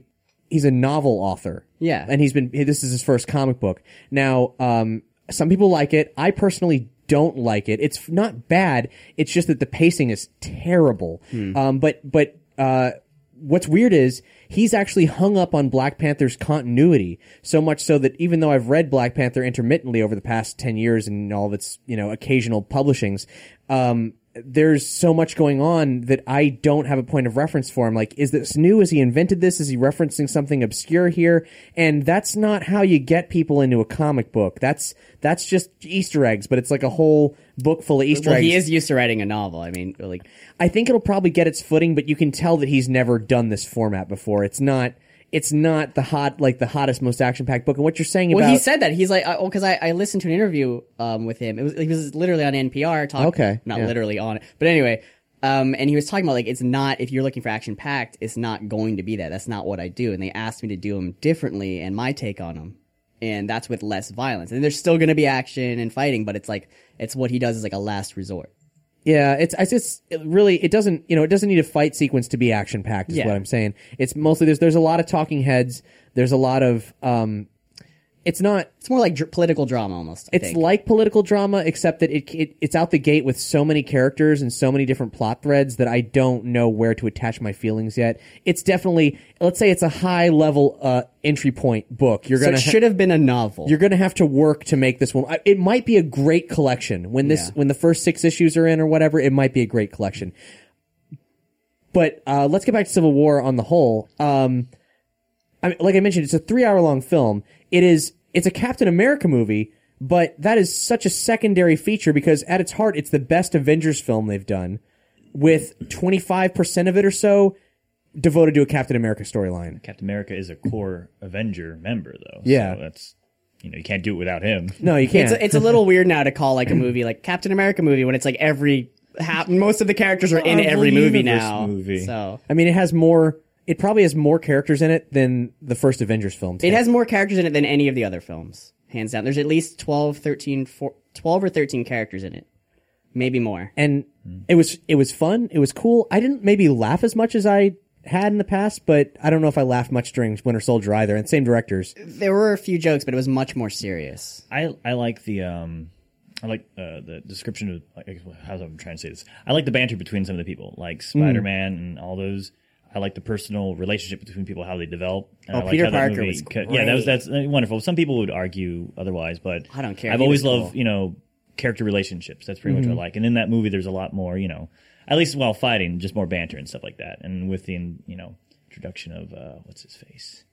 he's a novel author. Yeah. and he's been this is his first comic book. Now, um, some people like it. I personally don't like it. It's not bad. It's just that the pacing is terrible. Hmm. Um, but but uh, what's weird is he's actually hung up on Black Panther's continuity so much so that even though I've read Black Panther intermittently over the past ten years and all of its you know occasional publishings, um, there's so much going on that I don't have a point of reference for him. Like, is this new? Is he invented this? Is he referencing something obscure here? And that's not how you get people into a comic book. That's that's just Easter eggs, but it's like a whole book full of Easter well, eggs. he is used to writing a novel. I mean, like I think it'll probably get its footing, but you can tell that he's never done this format before. It's not it's not the hot like the hottest, most action packed book. And what you're saying well, about he said that he's like, uh, well, because I, I listened to an interview um with him. It was he was literally on NPR talking. Okay, not yeah. literally on it, but anyway. Um, and he was talking about like it's not if you're looking for action packed, it's not going to be that. That's not what I do. And they asked me to do them differently and my take on them, and that's with less violence. And there's still going to be action and fighting, but it's like it's what he does is like a last resort. Yeah, it's I just it really it doesn't you know it doesn't need a fight sequence to be action packed is Yeah. what I'm saying. It's mostly there's there's a lot of talking heads. There's a lot of um, it's not It's more like dr- political drama almost. I it's think. like political drama except that it, it it's out the gate with so many characters and so many different plot threads that I don't know where to attach my feelings yet. It's definitely let's say it's a high level uh entry point book. You're so gonna it ha- should have been a novel. you're going to have to work to make this one. I- It might be a great collection when this Yeah. when the first six issues are in or whatever. It might be a great collection. But uh, let's get back to Civil War on the whole. Um, I mean, like I mentioned, it's a three hour long film. It is it's a Captain America movie, but that is such a secondary feature because at its heart, it's the best Avengers film they've done, with twenty five percent of it or so devoted to a Captain America storyline. Captain America is a core Avenger member though. Yeah. So that's you know, you can't do it without him. No, you can't. It's a, it's a little weird now to call like a movie like Captain America movie when it's like every ha- most of the characters are in Marvel every movie Universe now. movie. So I mean, it has more. It probably has more characters in it than the first Avengers film. it has more characters in it than any of the other films, hands down. There's at least 12, 13, four- 12 or 13 characters in it. Maybe more. and it was it was fun. It was cool. I didn't maybe laugh as much as I had in the past, but I don't know if I laughed much during Winter Soldier either. And same directors. There were a few jokes, but it was much more serious. I I like the um I like uh, the description of like how's I'm trying to say this. I like the banter between some of the people, like Hmm. Spider Man and all those. I like the personal relationship between people, how they develop. And Oh, I like Peter how that Parker movie was cut- Yeah, that was that's uh, wonderful. Some people would argue otherwise, but I don't care. I've He always was cool. Mm-hmm. loved you know character relationships. That's pretty much what I like. And in that movie, there's a lot more you know, at least while fighting, just more banter and stuff like that. And with the you know introduction of uh, what's his face.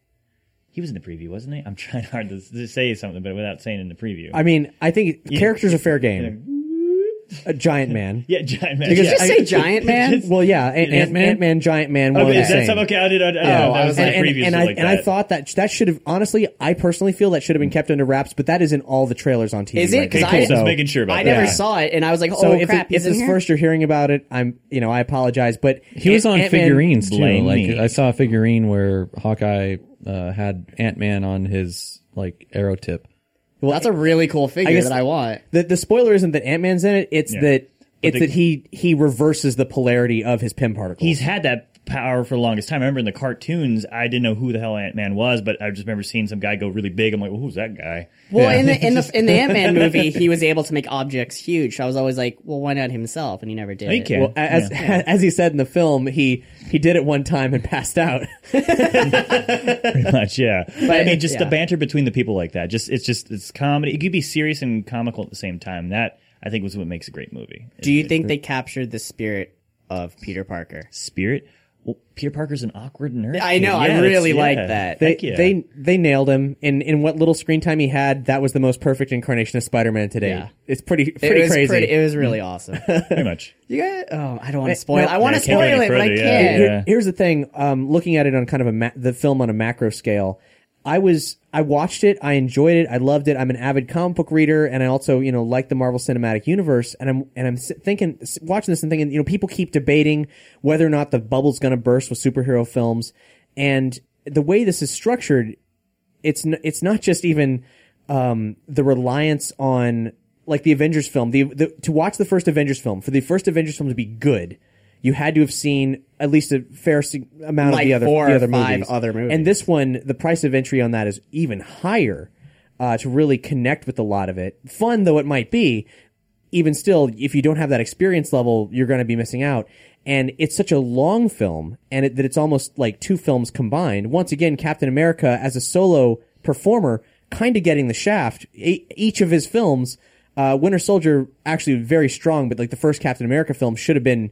He was in the preview, wasn't he? I'm trying hard to, to say something, but without saying in the preview. I mean, I think characters are fair game. A giant man. Yeah, giant man. Because yeah. Did you I- say Giant Man? Well, yeah, and Ant Ant-Man? Man, Giant Man, one okay, and is the that same. something? Okay, I did. I, did- I, Oh, that I was was like like- and, previously and I like and that. I thought that that should have honestly. I personally feel that should have been kept under wraps, but that is in all the trailers on TV. Is it? right now. Because cool. I Just making sure about I that. never Yeah. saw it, and I was like, oh So if, crap, it, if he's in this here? first you're hearing about it, I'm you know I apologize, but He was on Ant- Ant-Man- figurines too. blame Like me. I saw a figurine where Hawkeye uh, had Ant Man on his like arrow tip. Well, that's a really cool figure guess- that I want. The the spoiler isn't that Ant Man's in it. It's Yeah. that it's the- that he he reverses the polarity of his pim particle. he's had that power for the longest time. I remember in the cartoons, I didn't know who the hell Ant Man was, but I just remember seeing some guy go really big. I'm like, well, who's that guy? Well, in the in the in the Ant Man movie, he was able to make objects huge. So I was always like, well, why not himself? And he never did. He it. can. well, as as he said in the film, he he did it one time and passed out. pretty much, yeah. But I mean, just the yeah. banter between the people like that. Just it's just it's comedy. It could be serious and comical at the same time. That I think was what makes a great movie. Do you think they captured the spirit of Peter Parker? Spirit. Well, Peter Parker's an awkward nerd. I know, I Yeah, that's- really yeah. like that. They Heck yeah. they they nailed him in in what little screen time he had. That was the most perfect incarnation of Spider Man today. Yeah. It's pretty It pretty was crazy. pretty. It was really awesome. pretty much. You got? Oh, I don't want to spoil. no, I want I to can't go any spoil it, but I further, yeah. can't. Here- here's the thing. Um, looking at it on kind of a ma- the film on a macro scale, I was I watched it. I enjoyed it. I loved it. I'm an avid comic book reader, and I also you know like the Marvel Cinematic Universe. And I'm and I'm si- thinking s- watching this and thinking you know people keep debating whether or not the bubble's going to burst with superhero films, and the way this is structured, it's n- it's not just even um, the reliance on like the Avengers film. The, the to watch the first Avengers film for the first Avengers film to be good, you had to have seen at least a fair sig- amount Like of the other four the or other five movies. other movies. And this one, the price of entry on that is even higher uh, to really connect with a lot of it. Fun though it might be, even still, if you don't have that experience level, you're going to be missing out. And it's such a long film, and it, that it's almost like two films combined. Once again, Captain America as a solo performer, kind of getting the shaft. E- each of his films, uh, Winter Soldier actually very strong, but like the first Captain America film should have been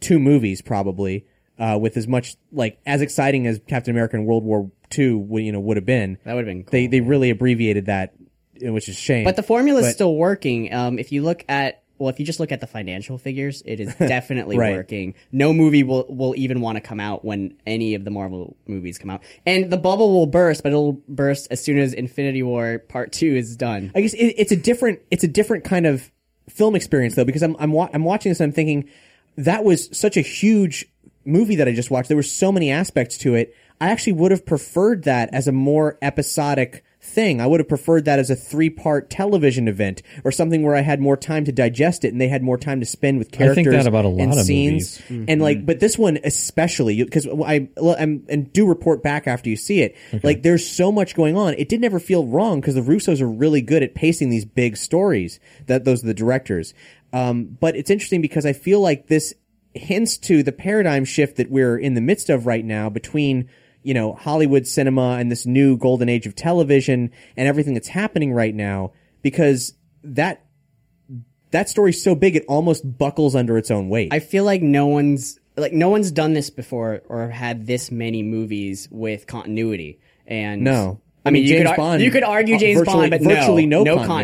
two movies probably, uh, with as much like as exciting as Captain America and World War Two, would- you know, would have been. That would've been cool. They they really abbreviated that, which is a shame. But the formula is still working. Um, if you look at well, if you just look at the financial figures, it is definitely Right. working. No movie will will even want to come out when any of the Marvel movies come out, and the bubble will burst, but it'll burst as soon as Infinity War Part Two is done. I guess it, it's a different it's a different kind of film experience though because I'm I'm, wa- I'm watching this and I'm thinking that was such a huge movie that I just watched. There were so many aspects to it. I actually would have preferred that as a more episodic thing. I would have preferred that as a three part television event or something where I had more time to digest it and they had more time to spend with I characters. think that about a lot and of scenes. And like, but this one especially because I I'm, and do report back after you see it. Like, there's so much going on. It didn't ever feel wrong because the Russos are really good at pacing these big stories. That those are the directors. Um, but it's interesting because I feel like this hints to the paradigm shift that we're in the midst of right now between you know Hollywood cinema and this new golden age of television and everything that's happening right now because that. That story's so big it almost buckles under its own weight. I feel like no one's like no one's done this before or had this many movies with continuity. And No. I I mean, mean, you James could ar- Bond- you could argue uh, James virtually- Bond, but virtually no, no no continuity.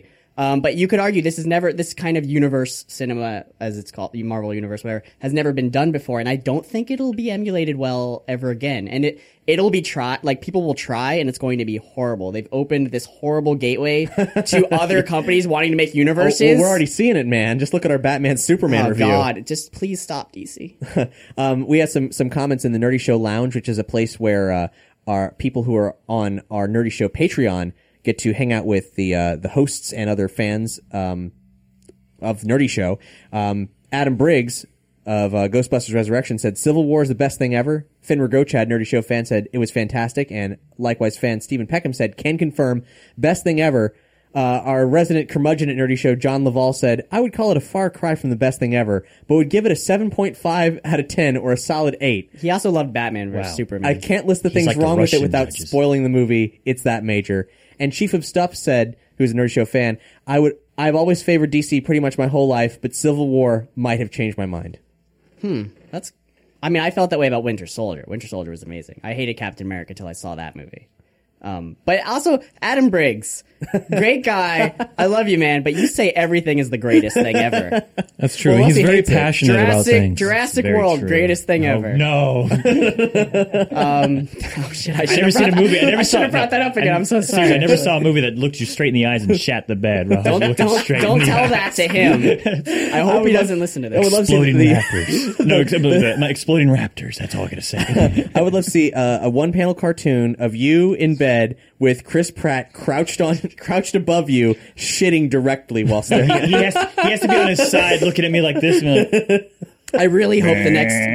continuity. Um, but you could argue this is never this kind of universe cinema as it's called, the Marvel universe, whatever, has never been done before, and I don't think it'll be emulated well ever again. And it it'll be try like people will try, and it's going to be horrible. They've opened this horrible gateway to other companies wanting to make Oh, universes. well, we're already seeing it, man. Just look at our Batman Superman oh review. God! Just please stop DC. Um, we had some some comments in the Nerdy Show Lounge, which is a place where uh, our people who are on our Nerdy Show Patreon get to hang out with the uh, the hosts and other fans um, of Nerdy Show. Um, Adam Briggs of uh, Ghostbusters Resurrection said Civil War is the best thing ever. Finra Gochad, Nerdy Show fan, said it was fantastic, and likewise fan Stephen Peckham said can confirm best thing ever. Uh, our resident curmudgeon at Nerdy Show, John Laval, said I would call it a far cry from the best thing ever, but would give it a seven point five out of ten or a solid eight. He also loved Batman versus Superman. I can't list the things like the wrong with it Russian without judges. spoiling the movie. It's that major. And Chief of Stuff said, who's a Nerd Show fan, I would, I've always favored DC pretty much my whole life, but Civil War might have changed my mind. That's. I mean, I felt that way about Winter Soldier. Winter Soldier was amazing. I hated Captain America till I saw that movie. Um, but also Adam Briggs, great guy. I love you, man. But you say everything is the greatest thing ever. That's true. Well, He's Leslie very hates it. passionate about Jurassic, things. Jurassic Very World, true. greatest thing ever. No, I've Oh shit! I should never have seen a movie. I never I saw. should've brought that up again. I'm so sorry. I never saw a movie that looked you straight in the eyes and shat the bed. While Don't, looking don't, straight don't in the tell eyes. that to him. I hope he doesn't listen to this. I would love to see Exploding the, raptors. No, except for the, my exploding raptors. That's all I gotta say. I would love to see uh, a one panel cartoon of you in bed with Chris Pratt crouched on, crouched above you, shitting directly while staring. at he, has, he has to be on his side, looking at me like this. and be like, I really hope the next.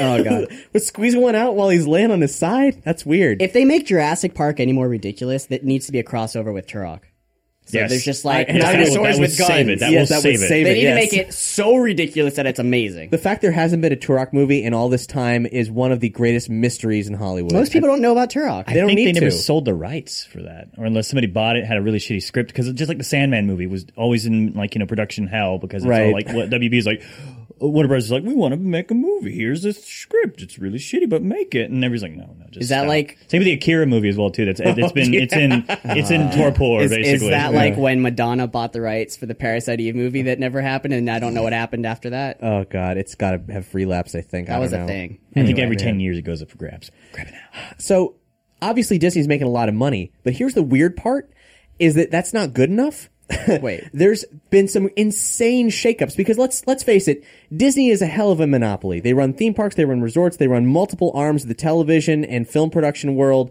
Oh god. But squeeze one out while he's laying on his side? That's weird. If they make Jurassic Park any more ridiculous, that needs to be a crossover with Turok. So yes. there's just like I- yes, that would- dinosaurs that would with guns. save it. That Yes, will that would save it. save They it, need to yes. make it so ridiculous that it's amazing. The fact there hasn't been a Turok movie in all this time is one of the greatest mysteries in Hollywood. Most people don't know about Turok. I don't think they need never to. sold the rights for that, or unless somebody bought it, had a really shitty script. Because just like the Sandman movie was always in like you know production hell because it's all Right. like what WB is like. Warner Brothers is like, we want to make a movie. Here's this script. It's really shitty, but make it. And everybody's like, no, no. Just Is that stop. like- Oh, same with the Akira movie as well too? That's it's been it's in it's in torpor is, basically. is that Yeah. like when Madonna bought the rights for the Parasite Eve movie that never happened, and I don't know what happened after that? Oh god, it's got to have relapse. I think that was a thing. I think every ten years it goes up for grabs. Grab it now. So obviously Disney's making a lot of money, but here's the weird part: is that that's not good enough. Wait. there's been some insane shakeups because let's let's face it, Disney is a hell of a monopoly. They run theme parks, they run resorts, they run multiple arms of the television and film production world.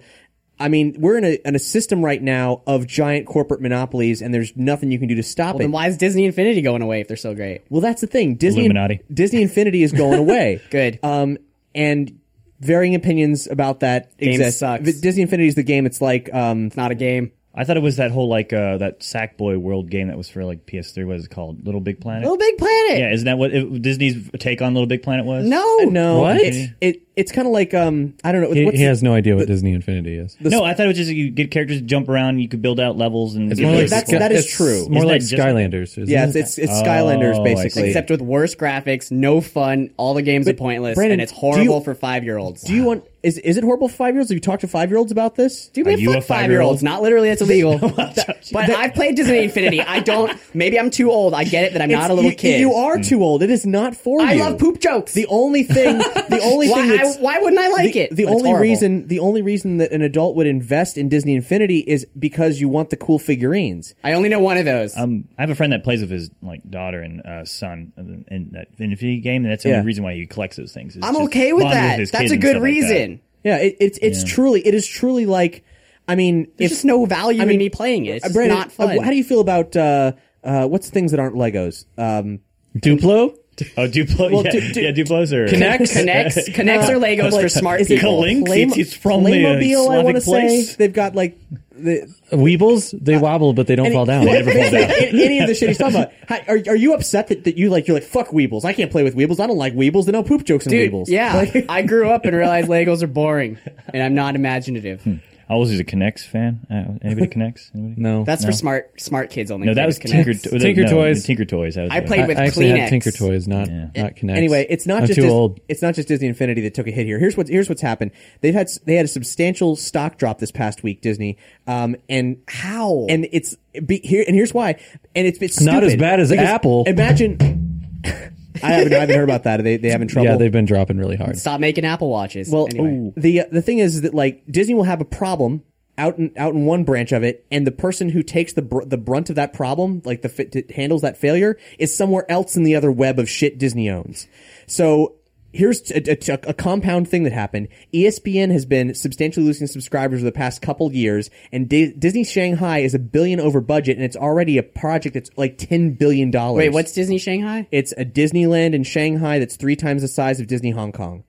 I mean, we're in a, in a system right now of giant corporate monopolies, and there's nothing you can do to stop it. Then why is Disney Infinity going away if they're so great? Well, that's the thing. Disney Illuminati. Disney Infinity is going away. Good. Um, and varying opinions about that exist. sucks. But Disney Infinity is the game. It's like um, Not a game. I thought it was that whole like uh, that Sackboy World game that was for like PS3. What is it called? Little Big Planet. Little Big Planet. yeah, isn't that what it, Disney's take on Little Big Planet was? No. Uh, no. What? It's, it it's kind of like um, I don't know. He, what's he has no idea what Disney Infinity is. no, I thought it was just you get characters to jump around, you could build out levels, and It's more like that's- Sky- that is it's true. More Isn't like that just- Skylanders. isn't yeah, it? it's it's, it's Skylanders Oh, I basically. see. Except with worse graphics, no fun, all the games are pointless, Brandon, and it's do you- horrible for five year olds. do you want is is it horrible for five year olds? Have you talked to five year olds about this? Dude, we you fuck a five year olds. five-year-old? Not literally, it's illegal. but I've played Disney Infinity. I don't. Maybe I'm too old. I get it that I'm not It's- a little you, kid. You are too old. It is not for I you. love poop jokes. The only thing, the only thing why, I, that's why wouldn't I like the, it? the It's only horrible. reason the only reason that an adult would invest in Disney Infinity is because you want the cool figurines. I only know one of those. Um, I have a friend that plays with his like daughter and uh, son in- in that Infinity game, and that's the Yeah. only reason why he collects those things. is I'm just okay with bonding that. his That's kids a and good stuff like that. reason. Yeah, it, it's it's truly it is truly like I mean, There's if, just no value I mean, in me playing it. It's uh, just Brandon, not fun. uh, how do you feel about uh, uh, what's things that aren't Legos? Um, Duplo. Oh, Duplo, Well, yeah, du- du- yeah, Duplo's are connects connects connects or Legos for smart is it people? Link? Flame- It's from the Flammobile, I Slavic wanna place. say they've got like the Weebles. They wobble, but they don't fall down. never fall down. any, any of the shit he's talking about. How, are, are you upset that, that you like you're like fuck Weebles? I can't play with Weebles. I don't like Weebles. They know poop jokes in Dude, Weebles. yeah, I grew up and realized Legos are boring, and I'm not imaginative. I was just a Connects fan. Uh, anybody Connects? Anybody? No, That's for smart smart kids only. no, that Legos was Connects. Tinker, to- Tinker no, Toys. Tinker Toys. That was I it. played I, with I actually Kleenex. have Tinker Toys, not not Connect. Anyway, it's not I'm just too Dis- old. it's not just Disney Infinity that took a hit here. Here's what's here's what's happened. They've had s- they had a substantial stock drop this past week, Disney. Um, and How? and it's be, here and here's why. And it's, it's Not stupid as bad as because Apple. Imagine. I haven't I haven't heard about that. Are they they having trouble? yeah, they've been dropping really hard. Stop making Apple watches. Well, anyway. the uh, the thing is that like Disney will have a problem out in out in one branch of it, and the person who takes the br- the brunt of that problem, like the fit handles that failure, is somewhere else in the other web of shit Disney owns. So here's a, a, a compound thing that happened. E ESPN has been substantially losing subscribers for the past couple years, and Di- Disney Shanghai is a billion over budget, and it's already a project that's like ten billion dollars. Wait, what's Disney Shanghai? It's a Disneyland in Shanghai that's three times the size of Disney Hong Kong.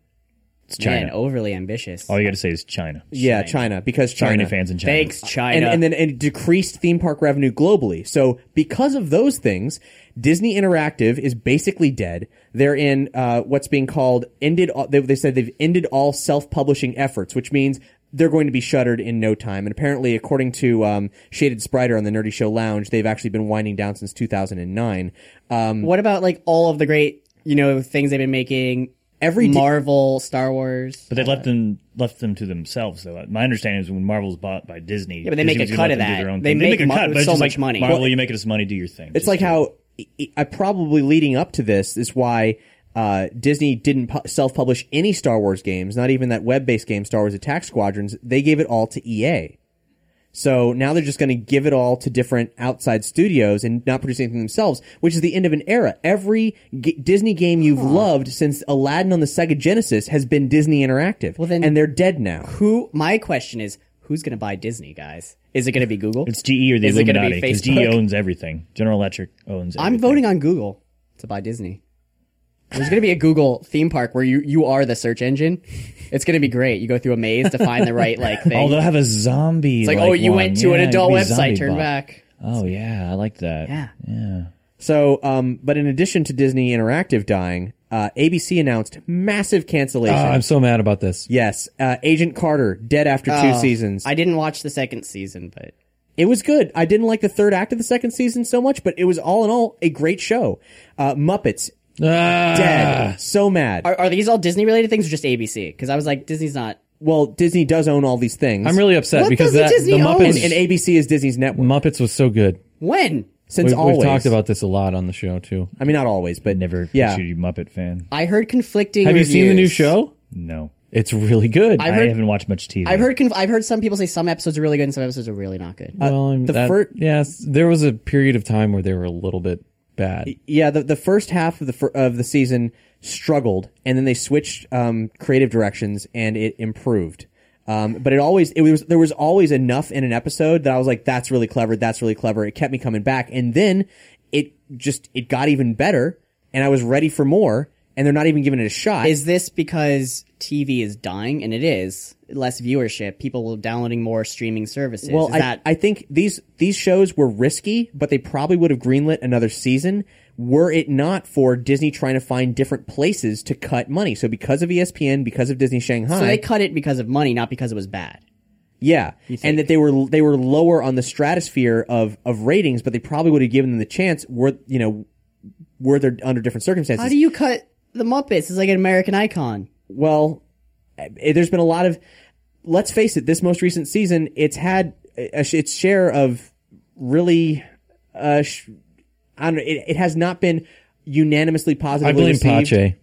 It's Man, China. overly ambitious. All you got to say is China. Yeah, China because Sorry China to fans in China. Thanks, and, China. and then it decreased theme park revenue globally. So because of those things, Disney Interactive is basically dead. They're in uh, what's being called ended. All, they, they said they've ended all self-publishing efforts, which means they're going to be shuttered in no time. And apparently, according to um, Shaded Spriter on the Nerdy Show Lounge, they've actually been winding down since 2009. Um, what about like all of the great, you know, things they've been making? Every di- Marvel, Star Wars. But they left them left them to themselves. Though my understanding is when Marvel's bought by Disney, yeah, but they make a cut of that. They make make a mo- cut, but it's so just much like, money. Marvel, Well- you make us money, do your thing. It's like how e, I, I probably leading up to this is why uh, Disney didn't pu- self-publish any Star Wars games, not even that web-based game Star Wars Attack Squadrons. They gave it all to EA. So now they're just going to give it all to different outside studios and not produce anything themselves, which is the end of an era. Every g- Disney game you've loved since Aladdin on the Sega Genesis has been Disney Interactive, then- and they're dead now. Who? My question is, who's going to buy Disney, guys? Is it going to be Google? it's GE or the Is it gonna be Illuminati because GE Facebook? owns everything. General Electric owns. Everything. I'm voting on Google to buy Disney. There's going to be a Google theme park where you you are the search engine. It's going to be great. You go through a maze to find the right like thing. Oh, they'll have a zombie. it's like, oh, you went to an adult website. Turn back. Oh yeah, I like that. Yeah. So, um, but in addition to Disney Interactive dying, uh, ABC announced massive cancellation. Ah, I'm so mad about this. Yes, uh, Agent Carter dead after two Oh, seasons. I didn't watch the second season, but it was good. I didn't like the third act of the second season so much, but it was all in all a great show. Uh, Muppets Ah. dead, so mad. are, are these all Disney related things or just ABC? Because I was like, Disney's not. well, Disney does own all these things. I'm really upset What because does the that Disney the own? Muppets and, and ABC is Disney's network Muppets was so good. When? since We've, always. we've talked about this a lot on the show too. I mean, not always, but Never Yeah, pictured you Muppet fan. I heard conflicting. Have you seen the new reviews. show? No, It's really good. I've I heard. haven't watched much TV. I've heard. Conf- I've heard some people say some episodes are really good and some episodes are really not good. Uh, well, I'm- the that- fir- yes, there was a period of time where they were a little bit bad. yeah. The, the first half of the fir- of the season struggled, and then they switched um, creative directions, and it improved. Um, but it always it was there was always enough in an episode that I was like, that's really clever, that's really clever. It kept me coming back, and then it just it got even better, and I was ready for more. And they're not even giving it a shot. Is this because TV is dying, and it is less viewership? People will downloading more streaming services. Well, is I, that I think these these shows were risky, but they probably would have greenlit another season were it not for Disney trying to find different places to cut money. So because of E ESPN, because of Disney Shanghai, so they cut it because of money, not because it was bad. yeah, and that they were they were lower on the stratosphere of of ratings, but they probably would have given them the chance. Were you know were they under different circumstances? How do you cut the Muppets? It's like an American icon. well, eh, there's been a lot of. Let's face it. This most recent season, it's had a, a- its share of really. Uh, sh- I don't know. It, it has not been unanimously positively I blame received. Pache.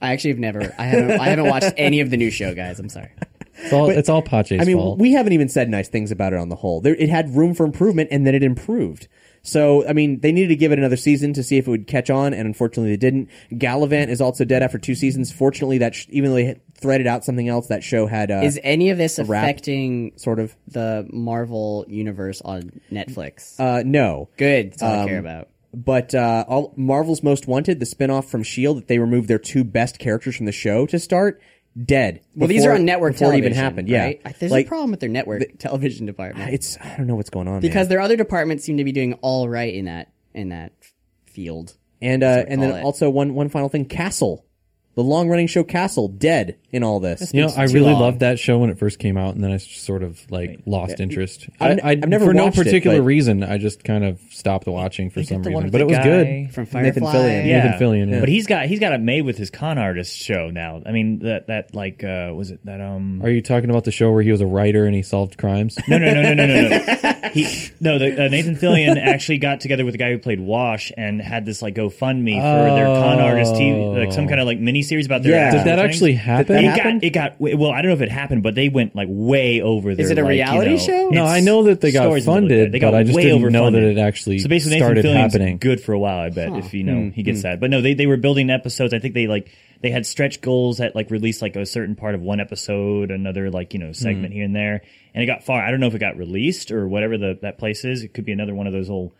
I actually have never. I haven't. I haven't watched any of the new show, guys. I'm sorry. It's all it's all Pache's I mean, fault. we haven't even said nice things about it on the whole. There, it had room for improvement, and then it improved. So, I mean, they needed to give it another season to see if it would catch on, and unfortunately, they didn't. Gallivant is also dead after two seasons. Fortunately, that sh- even though they had threaded out something else, that show had uh, Is any of this wrap, affecting sort of. the Marvel universe on Netflix? Uh, no, Good. That's all I care about. But uh, all, Marvel's Most Wanted, the spinoff from Shield, E that they removed their two best characters from the show to start, dead. Well, these Before- are on network before television. it even happened. Yeah, right? I- There's like a problem with their network Ah, television department. it's I don't know what's going on man. because their other departments seem to be doing all right in that in that f- field. and uh, and then call it. also one one final thing, Castle, the long running show Castle, dead in all this. you know, I too really long. loved that show when it first came out, and then I sort of like lost interest. I, I've- I, I've never for no watched it, particular but- reason. I just kind of stopped watching for some the one with reason, but the it was guy- good. From Nathan Firefly, Fillion. Yeah. Nathan Fillion, yeah. But he's got he's got it made with his con artist show now. I mean that that like uh was it that um Are you talking about the show where he was a writer and he solved crimes? no no no no no no no he no the, uh, Nathan Fillion actually got together with the guy who played Wash and had this like GoFundMe for their con artist TV like some kind of like mini miniseries about their Yeah. actual Did that things. actually happen? it happen? got it got well. I don't know if it happened, but they went like way over. Their, Is it a like, you reality know, show? No, it's- I know that they got stories and stuff like funded, that. They got but I just way didn't know overfunded. that it actually so basically started Nathan Fillion's happening. Hmm. Good for a while, I bet. If you know he gets that, but no, they they were building episodes. I think they like they had stretch goals that like released like a certain part of one episode, another like you know segment Hmm. here and there, and it got far. I don't know if it got released or whatever the that place is. It could be another one of those old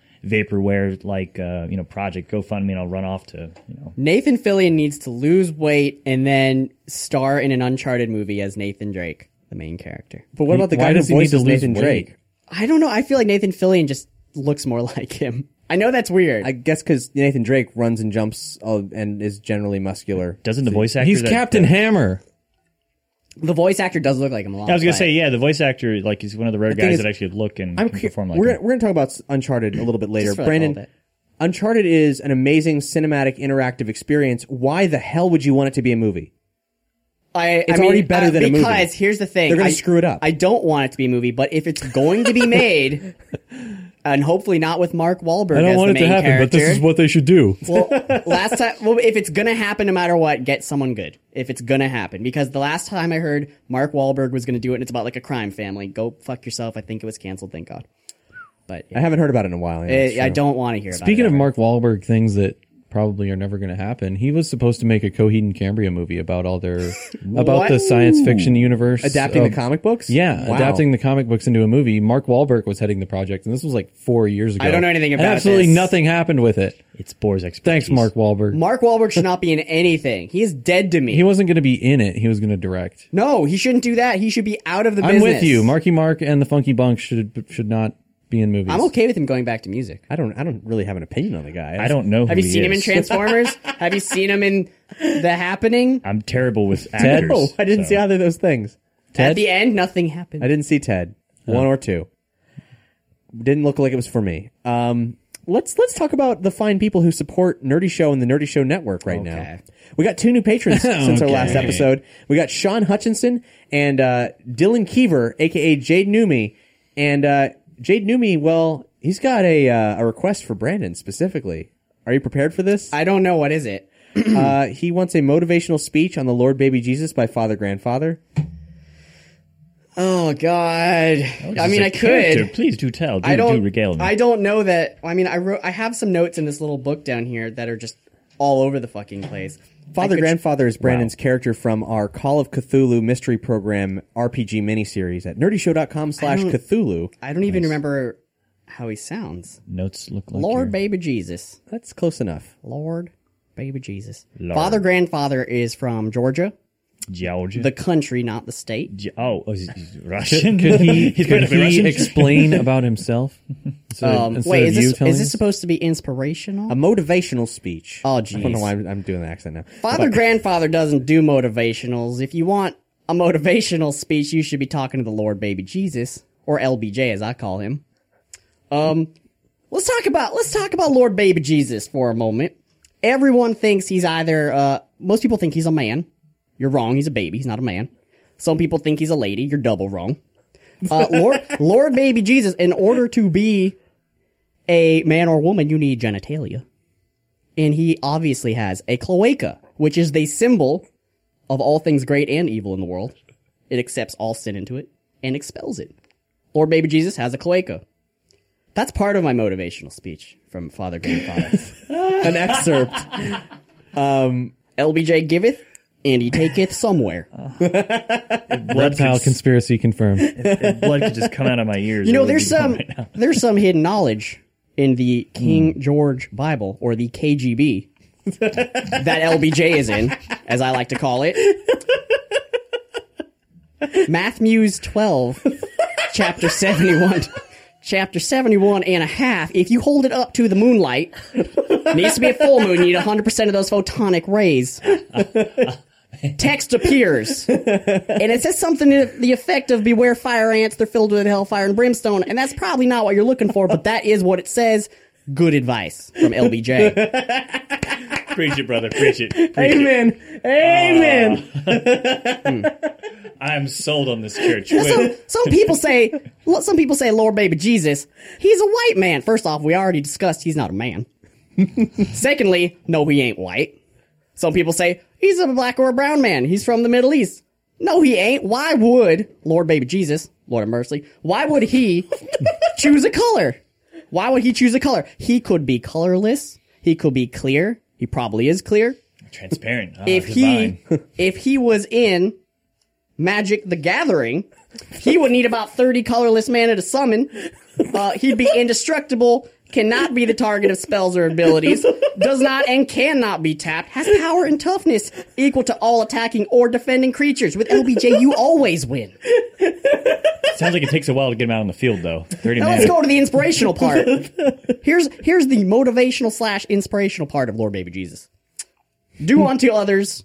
vaporware like uh, you know project GoFundMe, and I'll run off to you know Nathan Fillion needs to lose weight and then star in an Uncharted movie as Nathan Drake, the main character. But what about the Why guy who does he need voices to lose Nathan weight? Drake? I don't know. I feel like Nathan Fillion just looks more like him. I know that's weird. I guess because Nathan Drake runs and jumps uh, and is generally muscular. doesn't the voice actor He's that- Captain Hammer. the voice actor does look like him a lot. I was gonna but- say yeah, the voice actor like he's one of the rare thing guys is, that actually look and I'm can cu- perform like we're him. we're gonna talk about Uncharted a little bit later. for a Brandon, little bit. Uncharted is an amazing cinematic interactive experience. Why the hell would you want it to be a movie? I, uh, It's already better than a movie. Because here's the thing, They're gonna I- screw it up. I don't want it to be a movie, but if it's going to be made, and hopefully not with Mark Wahlberg I don't as want the it main to happen, but character. this is what they should do. well, last time, well, if it's gonna happen, no matter what, get someone good. If it's gonna happen, because the last time I heard Mark Wahlberg was gonna do it, and it's about like a crime family. Go fuck yourself. I think it was canceled. Thank God. But I yeah, haven't heard about it in a while. yeah, that's Eh, I, I true. don't want to hear. Speaking about of it. Mark Wahlberg things that probably are never going to happen, he was supposed to make a Coheed and Cambria movie about all their about the science fiction universe, adapting Oh, of- the comic books. Yeah, Wow. adapting the comic books into a movie. Mark Wahlberg was heading the project, and this was like four years ago. I don't know anything And about Absolutely this. nothing happened with it. It's Boar's expertise. Thanks, Mark Wahlberg. Mark Wahlberg should not be in anything. He is dead to me. he wasn't going to be in it. He was going to direct. no, he shouldn't do that. He should be out of the I'm business. with you. Marky Mark and the Funky Bunk should should not be in movies. I'm okay with him going back to music. I don't. I don't really have an opinion on the guy. I don't know. Who Have you he seen him is. in Transformers? Have you seen him in The Happening? I'm terrible with Ted? actors. Oh, I didn't so. see either of those things. At the end, nothing happened. I didn't see Ted. One or two. Didn't look like it was for me. Um, let's let's talk about the fine people who support Nerdy Show and the Nerdy Show Network right now. Okay. We got two new patrons since our last Okay. episode. We got Sean Hutchinson and uh, Dylan Keever, aka Jade Numi, and uh, Jade Numi. Well, he's got a uh, a request for Brandon specifically. Are you prepared for this? I don't know what is it. Uh, he wants a motivational speech on the Lord Baby Jesus by Father Grandfather. Oh God! This I is mean, a I character. could. Please do tell. Do, I don't do regale me. I don't know that. I mean, I wrote. I have some notes in this little book down here that are just all over the fucking place. I Father could- Grandfather is Brandon's character from our Call of Cthulhu mystery program RPG miniseries at nerdyshow.com slash Cthulhu. I don't even remember how he sounds. Notes look like Lord, your- baby Jesus. That's close enough. Lord, baby Jesus. Lord. Father Grandfather is from Georgia, Georgia. the country, not the state. Ge- oh, oh, he's, he's Russian. Could he, He's could better than he Russian. explain about himself? Instead of- Um, instead wait, of is you this telling is this us? supposed to be inspirational? A motivational speech. Oh, I jeez. don't know why I'm, I'm doing the accent now. Father Grandfather doesn't do motivationals. If you want a motivational speech, you should be talking to the Lord Baby Jesus, or LBJ as I call him. Um, let's talk about let's talk about Lord Baby Jesus for a moment. Everyone thinks he's either uh, most people think he's a man. You're wrong. He's a baby. He's not a man. Some people think he's a lady. You're double wrong. Uh, Lord, Lord Baby Jesus. In order to be a man or woman, you need genitalia and he obviously has a cloaca, which is the symbol of all things great and evil in the world. It accepts all sin into it and expels it. Lord Baby Jesus has a cloaca. That's part of my motivational speech from Father Grandfather. An excerpt. LBJ giveth, and he taketh somewhere. reptile conspiracy confirmed? Blood could just come out of my ears. You It know, would there's be gone some right now. Hmm. there's some hidden knowledge in the King George Bible or the KGB that LBJ is in, as I like to call it. Matthews 12, chapter 71. Chapter 71 and a half, if you hold it up to the moonlight, needs to be a full moon, you need 100% of those photonic rays. Text appears and it says something to the effect of beware fire ants they're filled with hellfire and brimstone and that's probably not what you're looking for but that is what it says good advice from lbj Preach it, brother. Preach it. Preach it. Amen. Amen. I am sold on this church. some, Wait, some people say lo- some people say lord baby jesus he's a white man first off we already discussed he's not a man secondly no he ain't white Some people say he's a black or a brown man. He's from the Middle East. No, he ain't. Why would Lord Baby Jesus, Lord of Mercy, why would he choose a color? Why would he choose a color? He could be colorless. He could be clear. He probably is clear. Transparent. Ah, If divine. he if he was in Magic the Gathering, he would need about 30 colorless mana to summon. Uh, he'd be indestructible, cannot be the target of spells or abilities, does not and cannot be tapped, has power and toughness equal to all attacking or defending creatures. With LBJ, you always win. Sounds like it takes a while to get him out on the field, though. 30 Now minutes. let's go to the inspirational part. Here's here's the motivational slash inspirational part of Lord Baby Jesus. Do unto others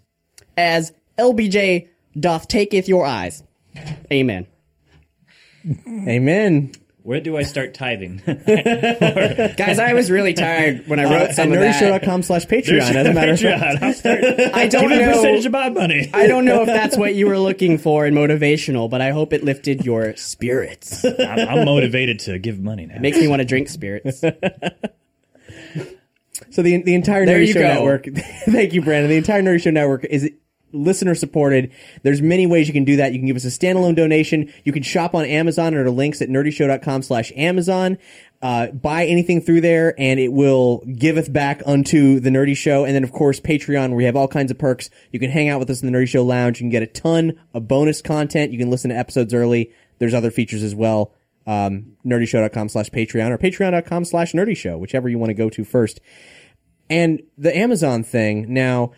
as LBJ doth taketh your eyes. Amen. Amen. Where do I start tithing? Guys, I was really tired when I wrote Uh, At some of that. nerdyshow.com slash Patreon, as a matter of fact. I'll start I don't giving a know. percentage of my money. I don't know if that's what you were looking for in motivational, but I hope it lifted your spirits. It I'm, I'm motivated to give money now. makes me want to drink spirits. So the the entire There Nerdy you Show go. Network. thank you, Brandon. The entire Nerdy Show Network is listener supported. There's many ways you can do that. You can give us a standalone donation. You can shop on Amazon at our links at nerdyshow.com slash Amazon. Uh, buy anything through there and it will giveth back unto the Nerdy Show. And then of course Patreon where we have all kinds of perks. You can hang out with us in the Nerdy Show Lounge. You can get a ton of bonus content. You can listen to episodes early. There's other features as well um, nerdyshow.com slash patreon or patreon.com slash nerdyshow, whichever you want to go to first. And the Amazon thing, now,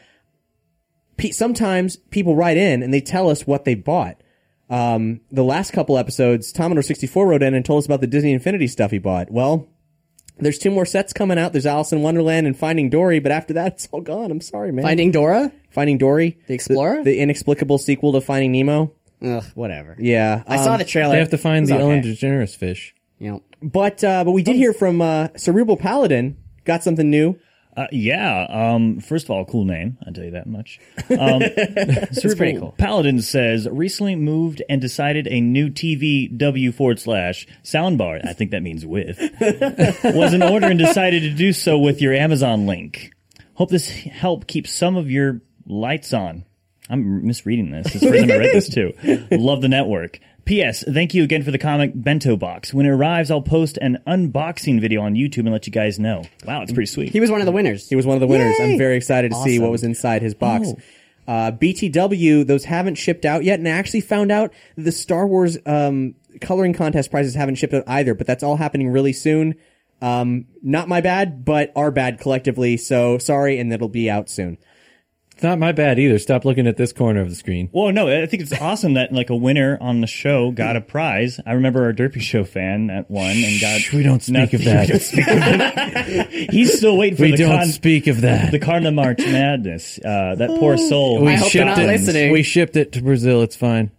pe- sometimes people write in and they tell us what they bought. Um, the last couple episodes, Commodore64 wrote in and told us about the Disney Infinity stuff he bought. Well, there's two more sets coming out. There's Alice in Wonderland and Finding Dory, but after that, it's all gone. I'm sorry, man. Finding Dora? Finding Dory. The Explorer? The, inexplicable sequel to Finding Nemo. Ugh, whatever. Yeah. Uh, I saw the trailer. They have to find the okay. Ellen DeGeneres fish. you know, But uh, but we did hear from uh, Cerebral Paladin. Got something new. Uh, yeah. Um, first of all, cool name. I'll tell you that much. Um, it's pretty cool. Paladin says recently moved and decided a new TVW forward slash soundbar. I think that means with was in order and decided to do so with your Amazon link. Hope this help keeps some of your lights on. I'm misreading this. It's the first time I read this too. Love the network. P.S. Thank you again for the comic Bento Box. When it arrives, I'll post an unboxing video on YouTube and let you guys know. Wow, it's pretty sweet. he was one of the winners. He was one of the winners. Yay! I'm very excited to see Awesome. Oh. what was inside his box. Uh, BTW, those haven't shipped out yet, and I actually found out the Star Wars um, coloring contest prizes haven't shipped out either. But that's all happening really soon. Um, not my bad, but our bad collectively. So sorry, and it'll be out soon. It's not my bad either. Stop looking at this corner of the screen. Well, no, I think it's awesome that like a winner on the show got a prize. I remember our Derpy Show fan that won and got. Shh, we don't speak of that. He's still waiting for We the don't con- speak of that. Oh. The Carna March Madness. Uh, that poor soul. we hope you're not it. listening. We shipped it to Brazil. It's fine.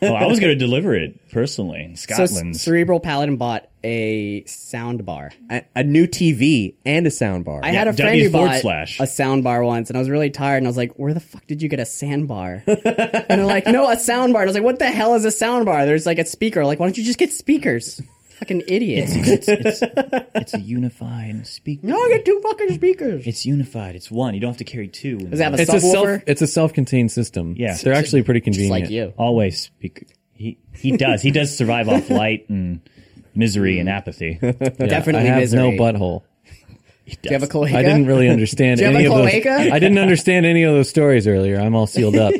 Oh, I was going to deliver it personally in So Scotland. Cerebral Paladin bought a sound bar. A, a new TV and a sound bar. I had a Yeah, friend W who forward bought slash. a sound bar once, and I was really tired, and I was like, "Where the fuck did you get a sandbar?" and they're like, "No, a sound bar." And I was like, "What the hell is a sound bar?" There's like a speaker. Like, why don't you just get speakers? Fucking idiot. it's, it's, it's a unified speak. no, I get two fucking speakers. It's unified. It's one. You don't have to carry two. Does it have a It's a self. subwoofer? It's a self-contained system. Yeah. they're actually pretty Just convenient. like you. Always speak. He he does. He does survive off light and misery and apathy. Yeah, Definitely I have misery. no butthole. Do you have a cloaca? I didn't really understand Do you have any a of those. cloaca? I didn't understand any of those stories earlier. I'm all sealed up.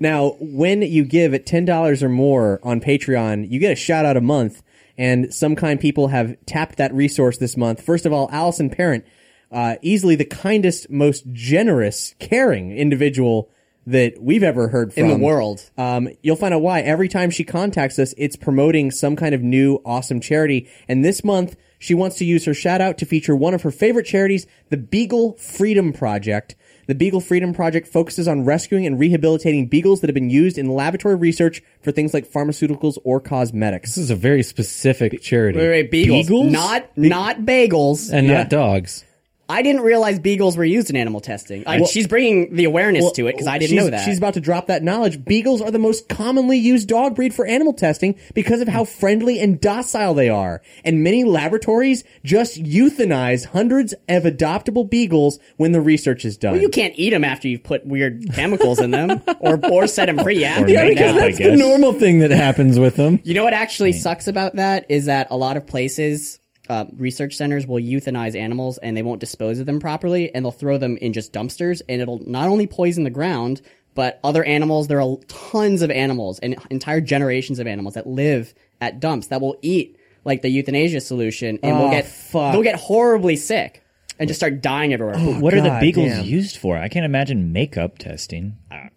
Now, when you give at ten dollars or more on Patreon, you get a shout out a month, and some kind people have tapped that resource this month. First of all, Allison Parent, uh, easily the kindest, most generous, caring individual that we've ever heard from In the world. Um, you'll find out why every time she contacts us, it's promoting some kind of new awesome charity. And this month, she wants to use her shout out to feature one of her favorite charities, the Beagle Freedom Project. The Beagle Freedom Project focuses on rescuing and rehabilitating beagles that have been used in laboratory research for things like pharmaceuticals or cosmetics. this is a very specific charity Wait, wait, beagles, Beagles? Eh. not not bagels. and not dogs. I didn't realize beagles were used in animal testing. I, she's bringing the awareness to it because I didn't she's, know that. She's about to drop that knowledge. Beagles are the most commonly used dog breed for animal testing because of how friendly and docile they are. And many laboratories just euthanize hundreds of adoptable beagles when the research is done. you can't eat them after you've put weird chemicals in them or or set them free. Yeah, Yeah, right because now. that's- I guess. normal thing that happens with them. You know what actually sucks about that is that a lot of places, uh, research centers will euthanize animals and they won't dispose of them properly, and they'll throw them in just dumpsters, and it'll not only poison the ground, but other animals. There are tons of animals and entire generations of animals that live at dumps that will eat like the euthanasia solution, and will Oh, get fuck. they'll get horribly sick and just start dying everywhere. Oh What are the God beagles damn. used for? I can't imagine makeup testing. Ah,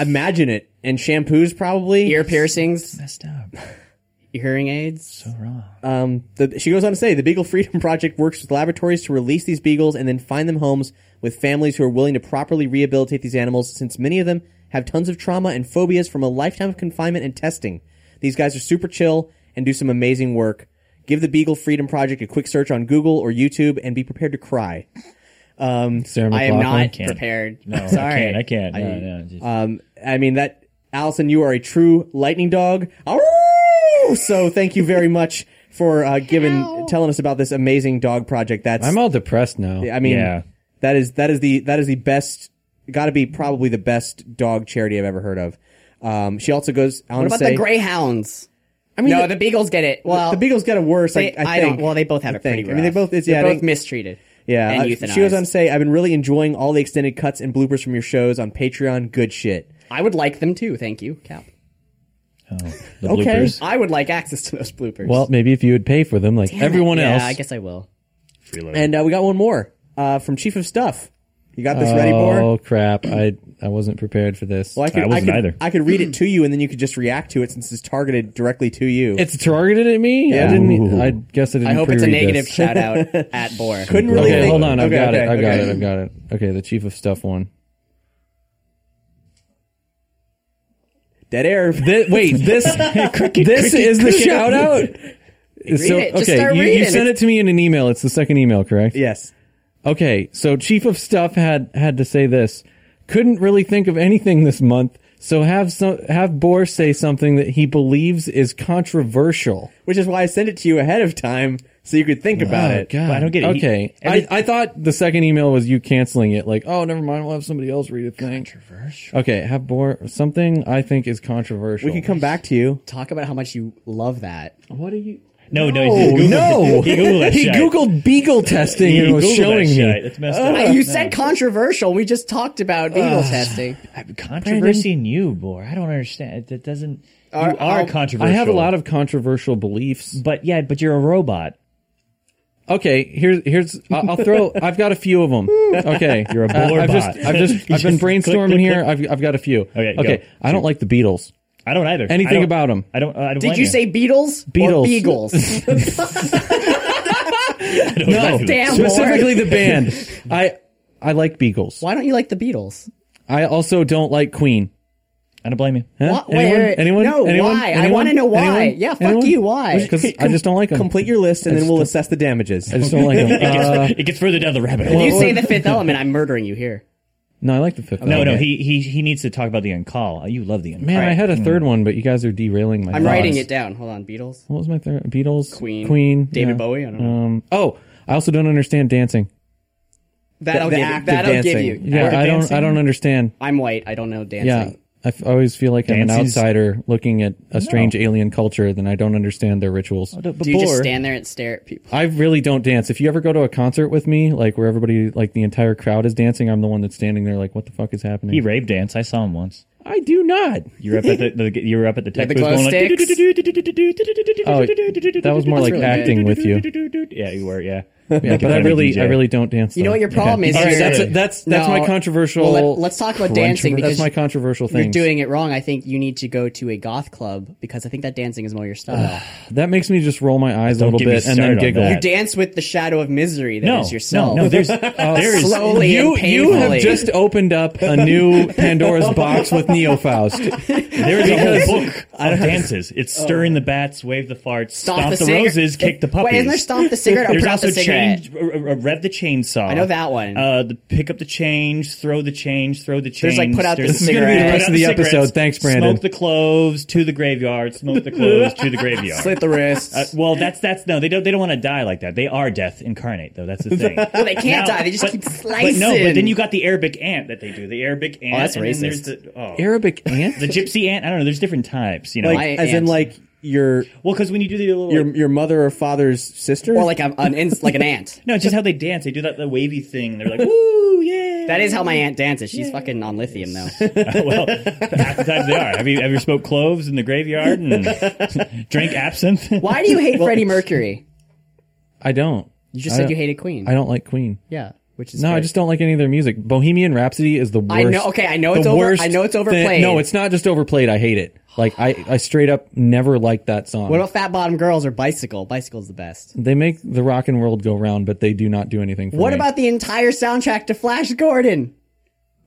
Imagine it. And shampoos probably. Ear piercings, Messed up. hearing aids. So wrong. Um, the, she goes on to say the Beagle Freedom Project works with laboratories to release these beagles and then find them homes with families who are willing to properly rehabilitate these animals, since many of them have tons of trauma and phobias from a lifetime of confinement and testing. These guys are super chill and do some amazing work. Give the Beagle Freedom Project a quick search on Google or YouTube and be prepared to cry. Sarah I am McLachlan. not can't. prepared. No, Sorry, I can't. I can't. No, no, just- uh, I mean that Allison, you are a true lightning dog. Arroo! So thank you very much for uh, giving telling us about this amazing dog project. That's I'm all depressed now. I mean, Yeah. that is that is the that is the best. Got to be probably the best dog charity I've ever heard of. Um, she also goes on What to about say, the greyhounds? I mean, no, the, the, Beagles get it. Well, the Beagles got it worse. They, I, I, I think. don't. Well, they both have I it pretty think. rough. I mean, they both. It's, yeah, They're I both think- mistreated. yeah, and uh, euthanized. she goes on to say, "I've been really enjoying all the extended cuts and bloopers from your shows on Patreon. Good shit. I would like them too. Thank you, Cap. oh, the okay. bloopers. I would like access to those bloopers. well, maybe if you would pay for them, like everyone yeah, else. I guess I will. And uh, we got one more uh, from Chief of Stuff. You got this ready, Bor? Oh crap! I I wasn't prepared for this. Well, I could, I wasn't could, either. I could read it to you, and then you could just react to it since it's targeted directly to you. It's targeted at me. I didn't. e, I guess I didn't. I hope it's a pre-read negative this. shout out at Bor. Couldn't really okay, think- hold on. I've Okay, got it. okay, I've got okay. it. I've got it. Okay, the chief of stuff one. Dead air. Thi- wait, this this is the shout out. So, it. okay, Just start you, you reading. sent it to me in an email. It's the second email, correct? yes. Okay, so chief of stuff had had to say this. Couldn't really think of anything this month, so have some have Boar say something that he believes is controversial. which is why I sent it to you ahead of time so you could think about it. Oh, God, I don't get it. He- Okay, every- I, I thought the second email was you canceling it. Like, oh, never mind. We'll have somebody else read it. Thing. Controversial. Okay, have Boar something I think is controversial. We can come back to you. Talk about how much you love that. What are you? No, no, Oh he Googled, no! He Googled that He shit. Googled beagle testing He and was Googled showing that me. Uh, shit. It's messed up. Hey, you said controversial. We just talked about beagle testing. Controversy in you, Bor. I don't understand. That doesn't. you are controversial. I have a lot of controversial beliefs. But yeah, but you're a robot. Okay, here's here's I'll, I'll throw. I've got a few of them. Okay, You're a Uh, Boar I've bot. just I've just You I've been just click, brainstorming click, here. I've I've got a few. Okay, go. okay. I don't like the Beatles. I don't either. Anything I don't- about 'em. I don't. I don't Did blame you say Beatles? Beatles. Or beagles. I don't blame you. Damn, Specifically. Specifically, the band. I I like Beagles. Why don't you like the Beatles? I also don't like Queen. I don't blame you. Huh? Wha- wait, wait, wait. Anyone? No, Anyone? why? I Anyone? wanna know why. Anyone? Yeah, fuck Anyone? you, why? 'Cause I just don't like them. Complete your list and then we'll assess the damages. I just don't like Uh, them. It gets, it gets further down the rabbit hole. If you say the fifth element, I'm murdering you here. no, I like the fifth. no, album. no, he Hmm. he he needs to talk about the uncall. You love the uncall. Man, I had a third one, but you guys are derailing my. I'm thoughts. writing it down. Hold on, Beatles. What was my third? Beatles, Queen. Queen, David yeah. Bowie, I don't know. Um, oh, I also don't understand dancing. That'll the give you. act of That'll give dancing. you. Yeah, I don't. I don't understand. I'm white. I don't know dancing. Yeah, I f- always feel like I'm an Dancing's- outsider looking at a strange alien culture, then I don't understand their rituals. But Do you just Bor- stand there and stare at people? I really don't dance. If you ever go to a concert with me, like where everybody, like the entire crowd is dancing, I'm the one that's standing there, like, what the fuck is happening? He rave dance. I saw him once. I do not. You were up at the, the you were up at the tech the booth glow going like, sticks? Oh, that was more like really acting with you. Yeah, you were. Yeah, Yeah, but I really, I really don't dance. You know though. what your problem is? All right, You're- that's that's that's my No. controversial. Well, let, us talk about dancing Controver- because that's my controversial you're thing. doing it wrong. I think you need to go to a goth club because I think that dancing is more your style. That makes me just roll my eyes a Don't little get me bit and then started on giggle. that. you dance with the shadow of misery that is No, no, yourself. no. There's there is slowly you, and you painfully. have just opened up a new Pandora's box with Neofaust. there is a whole book of dances. It's stir in the bats, wave the farts, stomp, the, cigar- roses, kick the puppies. Wait, isn't there stomp the cigarette? or There's put out also the cigarette? it. change, r- r- r- rev the chainsaw. I know that one. Uh, the, pick up the change, throw the change, throw the change. There's, like, put out the There's- This is gonna be the Cigarettes. rest of the Put out episode. cigarettes, Thanks, Brandon. Smoke the cloves to the graveyard. Smoke the cloves to the graveyard. Slit the wrists. Uh, well, that's that's no. They don't. They don't want to die like that. They are death incarnate, though. That's the thing. well, they can't die, they just keep But no. But slicing. Oh, then you got the Arabic ant that they do. The Arabic ant. that's and then there's racist. The, oh. Arabic ant? the gypsy ant. I don't know. There's different types. You know. Like My as in aunt. like your well, because when you do the little your your mother or father's sister. or like a, an ins- like an ant. no, it's just how they dance. They do that the wavy thing. They're like, woo, yeah. That is how my aunt dances. She's fucking on lithium though. well, half the time they are. Have you ever smoked cloves in the graveyard and drank absinthe? Why do you hate Freddie Mercury? I don't. You just I said don't- you hated Queen. I don't like Queen. Yeah, which is No, I great. just don't like any of their music. Bohemian Rhapsody is the worst. I know- okay, I know the it's over- worst I know it's thing- overplayed. No, it's not just overplayed. I hate it. Like I, I straight up never liked that song. What about Fat Bottom Girls or Bicycle? Bicycle's the best. they make the rock and world go round, but they do not do anything. For What me. about the entire soundtrack to Flash Gordon?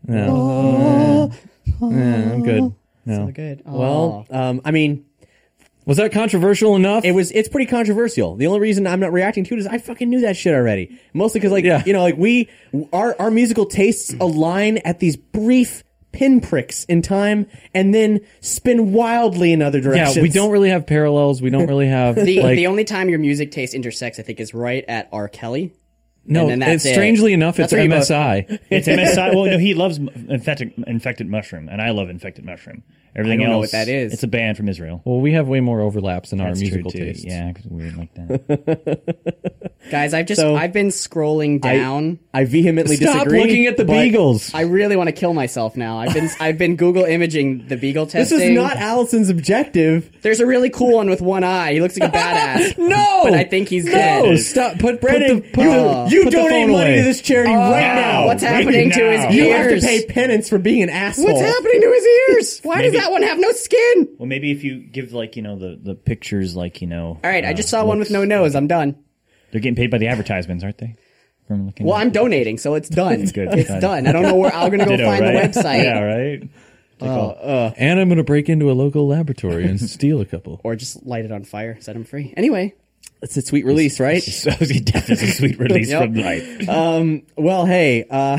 No, Yeah, I'm good. No. Good. well, um, I mean, Was that controversial enough? it was it's pretty controversial. The only reason I'm not reacting to it is I fucking knew that shit already. Mostly because like Yeah. you know like we our our musical tastes align at these brief pinpricks in time and then spin wildly in other directions. yeah, we don't really have parallels. We don't really have the like the only time your music taste intersects, I think, is right at R. Kelly. no. and then that's it's- strangely it. enough, That's it's where you both- MSI. It's MSI. Well, no, he loves infected, infected mushroom, and I love infected mushroom. Everything I don't know else, what that is. It's a band from Israel. well, we have way more overlaps in our That's true, musical too. tastes. Yeah, 'cause weird like that. Guys, I've just So- I've been scrolling down. I vehemently Stop disagree. looking at the but Beagles. I, really want to kill myself now. I've been I've been Google imaging the beagle This testing. is not Allison's objective. There's a really cool one with one eye. He looks like a badass. No, But I think he's no. dead. Stop. Put Brandon, Put the, you, put the you phone donate money away. to this Oh, charity right now. Uh, What's Right happening to now. his ears? you have to pay penance for being an asshole. What's happening to his ears? Why Maybe- does that one have no skin? well, maybe if you give like you know the the pictures, like you know. uh, All right, I just saw one with no nose. I'm done. They're getting paid by the advertisements, aren't they? From looking. Well, I'm donating, so it's done. good. It's done. I don't know where I'm gonna go Ditto, find right? the website Yeah, right. And I'm going to break into a local laboratory and steal a couple. or just light it on fire, set him free. Anyway, It's a sweet release, right? So death is a sweet release from life. Well, hey, uh,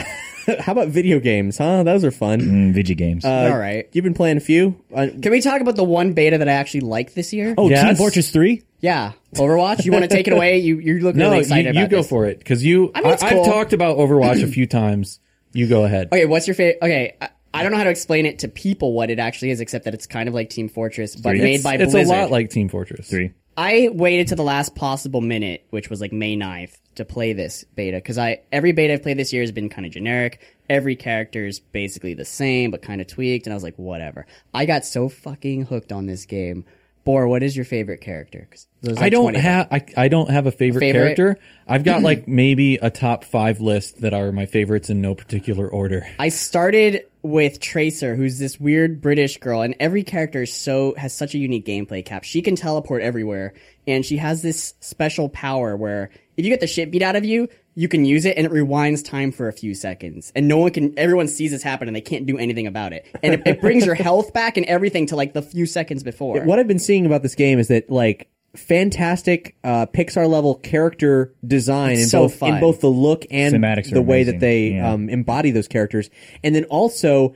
how about video games, huh? Oh, Those are fun. Mm, Vigi games. all right. You've been playing a few. Uh, Uh, Can we talk about the one beta that I actually like this year? oh, Team yes. Fortress Three. yeah, Overwatch. You want to take it away? You you look really no, you, excited about you go this. for it because you. I I mean, it's have cool. talked about Overwatch a few times. You go ahead. Okay, what's your favorite? Okay, I, I don't know how to explain it to people what it actually is, except that it's kind of like Team Fortress, but made it's, by it's Blizzard. a lot like Team Fortress. Three. I waited to the last possible minute, which was like May 9th, to play this beta because I every beta I've played this year has been kind of generic. Every character is basically the same, but kind of tweaked. And I was like, whatever. I got so fucking hooked on this game. Bor, what is your favorite character? 'Cause there's, like, I don't 20 of them. have I, I don't have a favorite, Favorite? character. I've got like maybe a top five list that are my favorites in no particular order. I started with Tracer, who's this weird British girl, and every character is so has such a unique gameplay cap. She can teleport everywhere, and she has this special power where if you get the shit beat out of you, you can use it, and it rewinds time for a few seconds, and no one can. Everyone sees this happen, and they can't do anything about it, and it, it brings your health back and everything to like the few seconds before. what I've been seeing about this game is that like fantastic uh, Pixar level character design in so both fun. in both the look and Cinematics are the way amazing. that they Yeah. um, embody those characters, and then also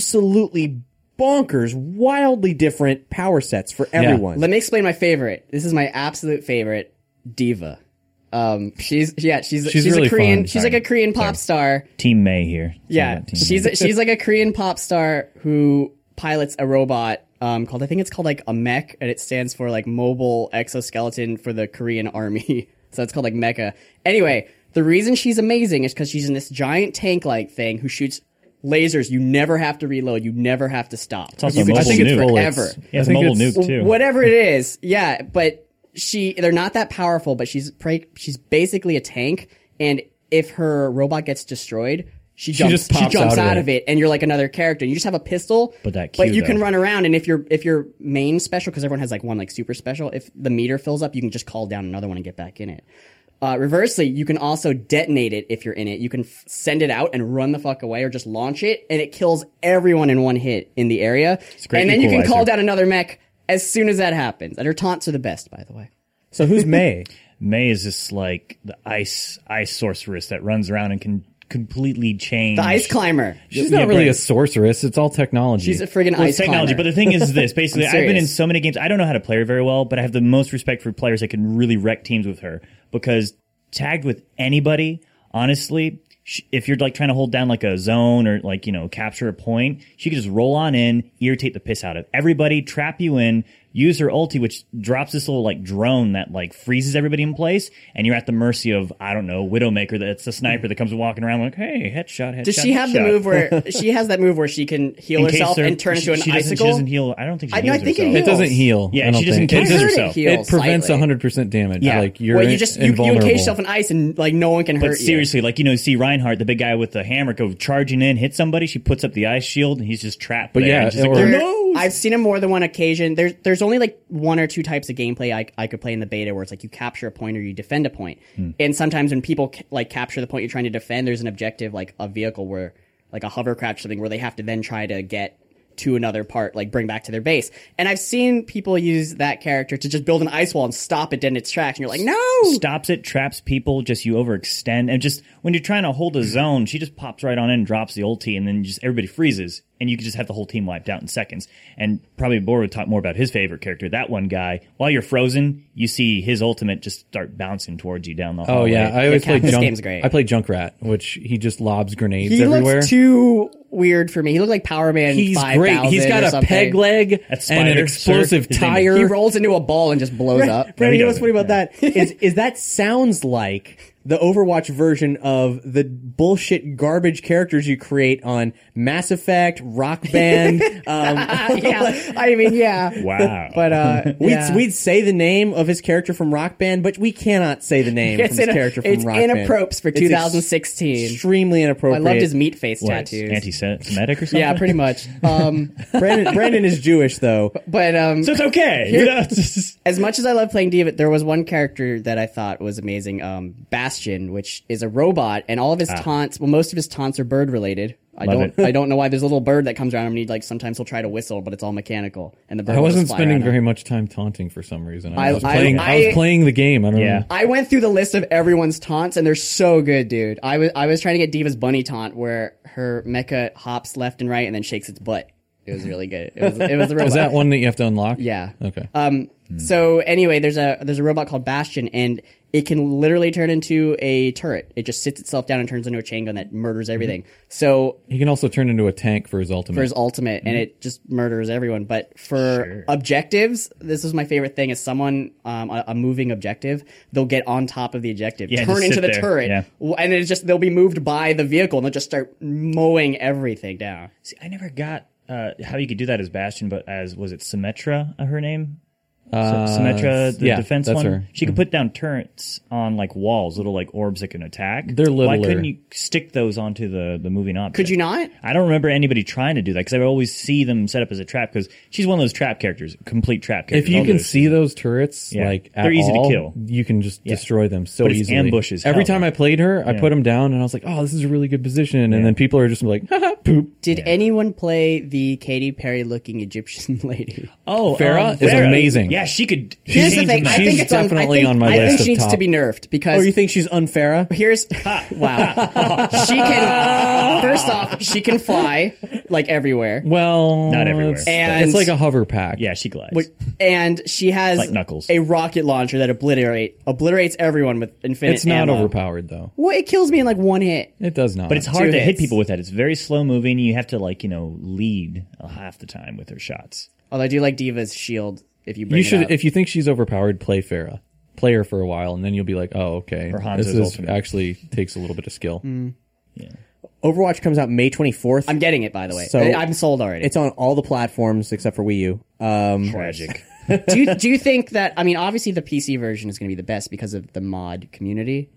absolutely bonkers, wildly different power sets for everyone. Let me explain my favorite. This is my absolute favorite, Diva. Um, she's yeah, she's She's she's, really a Korean. fun. She's like a Korean pop star. Team May here. Sorry Yeah, about Team she's May. she's like a Korean pop star who pilots a robot um, called I think it's called like a mech, and it stands for like mobile exoskeleton for the Korean army. so it's called like mecha. Anyway, the reason she's amazing is because she's in this giant tank like thing who shoots lasers. You never have to reload. You never have to stop. also you mobile shoot nuke. forever. Yeah, it's I think mobile it's- nuke too. Whatever it is, yeah. But she, they're not that powerful. But she's pra- she's basically a tank. And if her robot gets destroyed, she jumps. She, just pops jumps out out, of of it, and you're like another character. You just have a pistol, But that but Q, you can though. run around. And if your if your main special, because everyone has like one like super special, if the meter fills up, you can just call down another one and get back in it. Uh, reversely, you can also detonate it if you're in it. You can f- send it out and run the fuck away, or just launch it, and it kills everyone in one hit in the area. great And then you can equalizer. call down another mech as soon as that happens. And her taunts are the best, by the way. So who's May? May is just like the ice ice sorceress that runs around and can completely change The ice climber. She's Yeah, not really right. a sorceress. It's all technology. She's a friggin' Well, ice it's technology. But climber. the thing is this: basically, I'm I've been in serious. so many games. I don't know how to play her very well, but I have the most respect for players that can really wreck teams with her because tagged with anybody, honestly. sh- If you're like trying to hold down like a zone or like, you know, capture a point, she can just roll on in, irritate the piss out of everybody, trap you in, use her ulti, which drops this little like drone that like freezes everybody in place. And you're at the mercy of, I don't know, Widowmaker. That's the sniper that comes walking around like, Hey, headshot, headshot. Mm. does she have the headshot." move where she has that move where she can heal In case herself they're- and turn she- into an she doesn't- icicle? She doesn't heal. I don't think she I- no, I heals think it herself. it doesn't heals. heal. Yeah, I don't she doesn't think. kill I heard it herself. heals. It prevents slightly. 100% damage. Yeah. Like you're Where you just you, you invulnerable. encase yourself in ice and like no one can hurt But seriously, like you know, you see Reinhardt, the big guy with the hammer, go charging in, hit somebody. She puts up the ice shield, and he's just trapped. But there, yeah, and she's like, or- you. Who There- I've seen him more than one occasion. There's there's only like one or two types of gameplay I, I could play in the beta where it's like you capture a point or you defend a point. Hmm. And sometimes when people ca- like capture the point you're trying to defend, there's an objective like a vehicle where like a hovercraft or something where they have to then try to get to another part, like bring back to their base. And I've seen people use that character to just build an ice wall and stop it in its tracks. And you're like, no, stops it, traps people. Just you overextend, and just when you're trying to hold a zone, she just pops right on in, drops the ulti, and then just everybody freezes, and you can just have the whole team wiped out in seconds. And probably Bor would talk more about his favorite character, that one guy. While you're frozen, you see his ultimate just start bouncing towards you down the Oh hallway. yeah, I always play This junk. game's great. I play Junkrat, which he just lobs grenades he everywhere. looks too weird for me. He looked like Power Man. He's 5000 great. He's got or a something. peg leg That's and an Spider, explosive sir. His name is- tire. He rolls into a ball and just blows up. No, he Brandon, you know what's funny doesn't. about that is is that sounds like the Overwatch version of the bullshit garbage characters you create on Mass Effect, Rock Band. um, yeah, I mean, yeah. Wow. but uh, we'd Yeah. we'd say the name of his character from Rock Band, but we cannot say the name It's from his in- character from it's Rock Band. inappropriate for It's ex- 2016. Extremely I inappropriate. loved his meat face What, tattoos. anti-Semitic or something. yeah, pretty much. Um, Brandon, Brandon is Jewish though. but um, So it's okay. You know, it's just- as much as I love playing Diva, there was one character that I thought was amazing. Um, Bastion, which is a robot, and all of his taunts, well, most of his taunts are bird related. I Love don't, it. I don't know why there's a little bird that comes around him, and he like sometimes he'll try to whistle, but it's all mechanical, and the bird. I will wasn't just fly around spending him. very much time taunting for some reason. I, I- was I- playing. I, I- was playing the game. I don't Yeah. know. I went through the list of everyone's taunts, and they're so good, dude. I was I was trying to get Diva's bunny taunt, where her mecha hops left and right and then shakes its butt. It was really good. It was it was a robot. Is that one that you have to unlock? Yeah. Okay. Uh, Hmm. Um. So anyway, there's a there's a robot called Bastion, and it can literally turn into a turret. It just sits itself down and turns into a chain gun that murders Mm-hmm. everything. So he can also turn into a tank for his ultimate. for his ultimate and it just murders everyone but for objectives this is my favorite thing is someone um, a, a moving objective they'll get on top of the objective Yeah, turn just into sit the there. turret Yeah. w- and it's just they'll be moved by the vehicle and they'll just start mowing everything down See, I never got uh, how you could do that as Bastion, but as was it Symmetra? uh, Her name. Uh, Symmetra, the yeah, defense that's one. her. She Mm-hmm. could put down turrets on like walls, little like orbs that can attack. They're Why littler. couldn't you stick those onto the the moving object? could you not I don't remember anybody trying to do that because I always see them set up as a trap because she's one of those trap characters, complete trap characters. if you All can those. see those turrets, Yeah. like at They're easy to all, kill. You can just destroy them so But it's easily. ambush as Every hell. time I played her, I put them down, and I was like, "Oh, this is a really good position." And then people are just like, "Haha, poop." did anyone play the Katy Perry looking Egyptian lady? oh, Farah is amazing. Yeah, she could. Here's the change thing. I she's think it's on- I definitely think- on my I list think of she needs top. to be nerfed because Oh, you think she's unfair? Here's wow. she can first off, she can fly like everywhere, Well, Not everywhere. It's, And- it's like a hover pack. Yeah, she glides. and she has Like Knuckles. a rocket launcher that obliterate obliterates everyone with infinite. it's not ammo. overpowered though. Well, it kills me in like one hit. It does not. But it's hard Two to hit hits. people with that. It's very slow moving. You have to like you know lead half the time with her shots. Although I do like Diva's shield. If you bring You it should, up. if you think she's overpowered, play Farah. Play her for a while, and then you'll be like, "Oh, okay, Hanzo's this is ultimate. actually takes a little bit of skill." Overwatch comes out May twenty fourth. I'm getting it by the way. So- I- I'm sold already. It's on all the platforms except for Wii U. Um, Tragic. do you, do you think that? I mean, obviously the PC version is going to be the best because of the mod community.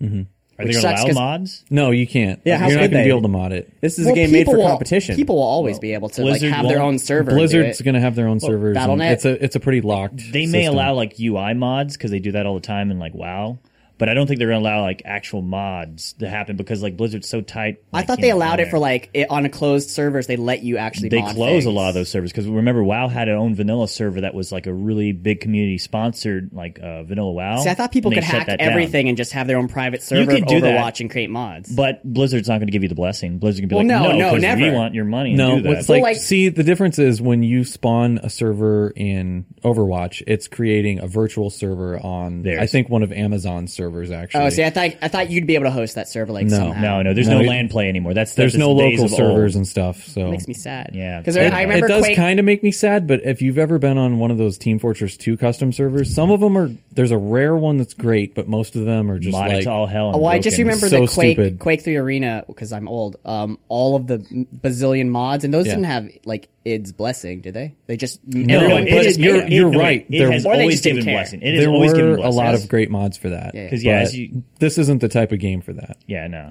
Are they Which going to sucks allow 'cause- mods? No, you can't. Yeah, how you're not could going to they? be able to mod it. this is a Well, game made for people will- competition. People will always be able to Blizzard like have their won't- own server. and do Blizzard's it. going to have their own servers. and Battle.net. It's a it's a pretty locked. They may system. allow like UI mods because they do that all the time in like WoW. But But I don't think they're going to allow like actual mods to happen because like Blizzard's so tight. I thought they allowed it for like it, on a closed servers. They let you actually. They mod close a things. lot of those servers because remember WoW had its own vanilla server that was like a really big community sponsored like uh, vanilla WoW. See, I thought people and they could shut hack that down. everything and just have their own private server could of do that. Overwatch and create mods. But Blizzard's not going to give you the blessing. Blizzard's going to be Well, like, no, no, 'cause we never. want your money. and No, do that. it's Well, like, like- see the difference is when you spawn a server in Overwatch, it's creating a virtual server on I Theirs. think one of Amazon's servers actually. oh, see, I thought I thought you'd be able to host that server like No. somehow. No, no, there's No, no, it- land play anymore. That's There's that's no the days local of old. servers and stuff. So makes me sad. Yeah. because It- I remember it does Quake. kind of make me sad, but if you've ever been on one of those Team Fortress 2 custom servers, some of them are there's a rare one that's great, but most of them are just Mod it like to all hell. and oh, well, I just broken. remember So the Quake stupid. Quake Three Arena because I'm old. Um, all of the bazillion mods and those didn't have like id's blessing, did they? They just No, everyone it just is- made you're- it. you're right. It There- has Or they always just didn't given care. blessing. It is there always given were a blessings. lot of great mods for that. Yeah. 'Cause, yeah, But as you- this isn't the type of game for that. Yeah, no.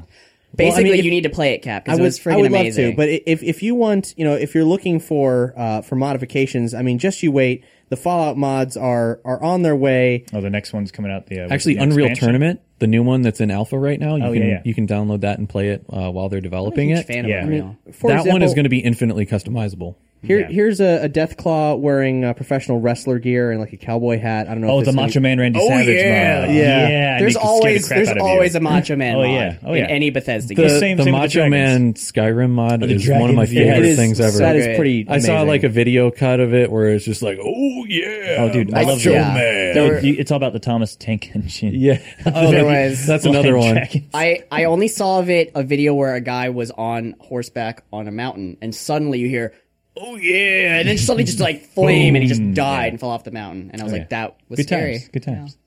Basically, Well, I mean, you if- need to play it, Cap, I because it would, was freaking I would amazing. love to, but i- if if you want, you know, if you're looking for uh, for modifications, I mean, just you wait. The Fallout mods are are on their way. Oh, the next one's coming out. The uh, Actually, the Unreal expansion. Tournament, the new one that's in alpha right now, you Oh, can yeah, yeah. you can download that and play it uh, while they're developing Huge it. fan yeah. of Unreal. For that one example, is going to be infinitely customizable. Here, Yeah. here's a, a Deathclaw wearing uh, professional wrestler gear and like a cowboy hat. I don't know. Oh, if the this- Macho Man Randy Oh, Savage. yeah. mod. Yeah. yeah. I make there's the always scare the crap there's out of you. always a Macho Man Oh, mod yeah. Oh, yeah. in any Bethesda The, game. same the thing with the Macho Man Skyrim mod is one of my dragons, yeah. favorite It is- things ever. That is Okay. pretty. I saw amazing. like a video cut of it where it's just like, oh yeah, Oh, dude, I love Macho that. Dude, Man. There- you- It's all about the Thomas Tank Engine. yeah. Oh, there was- that's another Lion one. Dragons. I, I only saw of it a video where a guy was on horseback on a mountain and suddenly you hear oh yeah and then suddenly just like flame and he just died and fell off the mountain and Oh, I was like that was Good scary. times. Good times.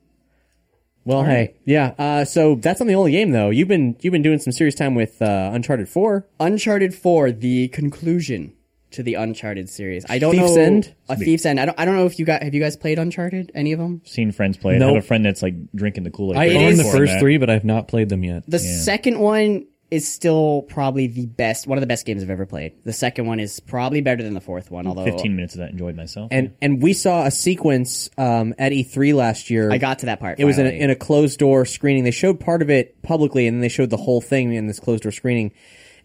Well, hey, yeah. Uh, so that's on the only game though. You've been you've been doing some serious time with uh, Uncharted Four. Uncharted 4, the conclusion to the Uncharted series. I don't Thief's know End? a Thief's End. I don't I don't know if you got have you guys played Uncharted any of them? Seen friends play. it. I Nope. have a friend that's like drinking the Kool Aid. I own is- the first three, but I've not played them yet. The second one is still probably the best, one of the best games I've ever played. The second one is probably better than the fourth one, although 15 minutes of that. Enjoyed myself. And and we saw a sequence um, at E3 last year. I got to that part. It was in a, finally. in a closed door screening. They showed part of it publicly, and then they showed the whole thing in this closed door screening.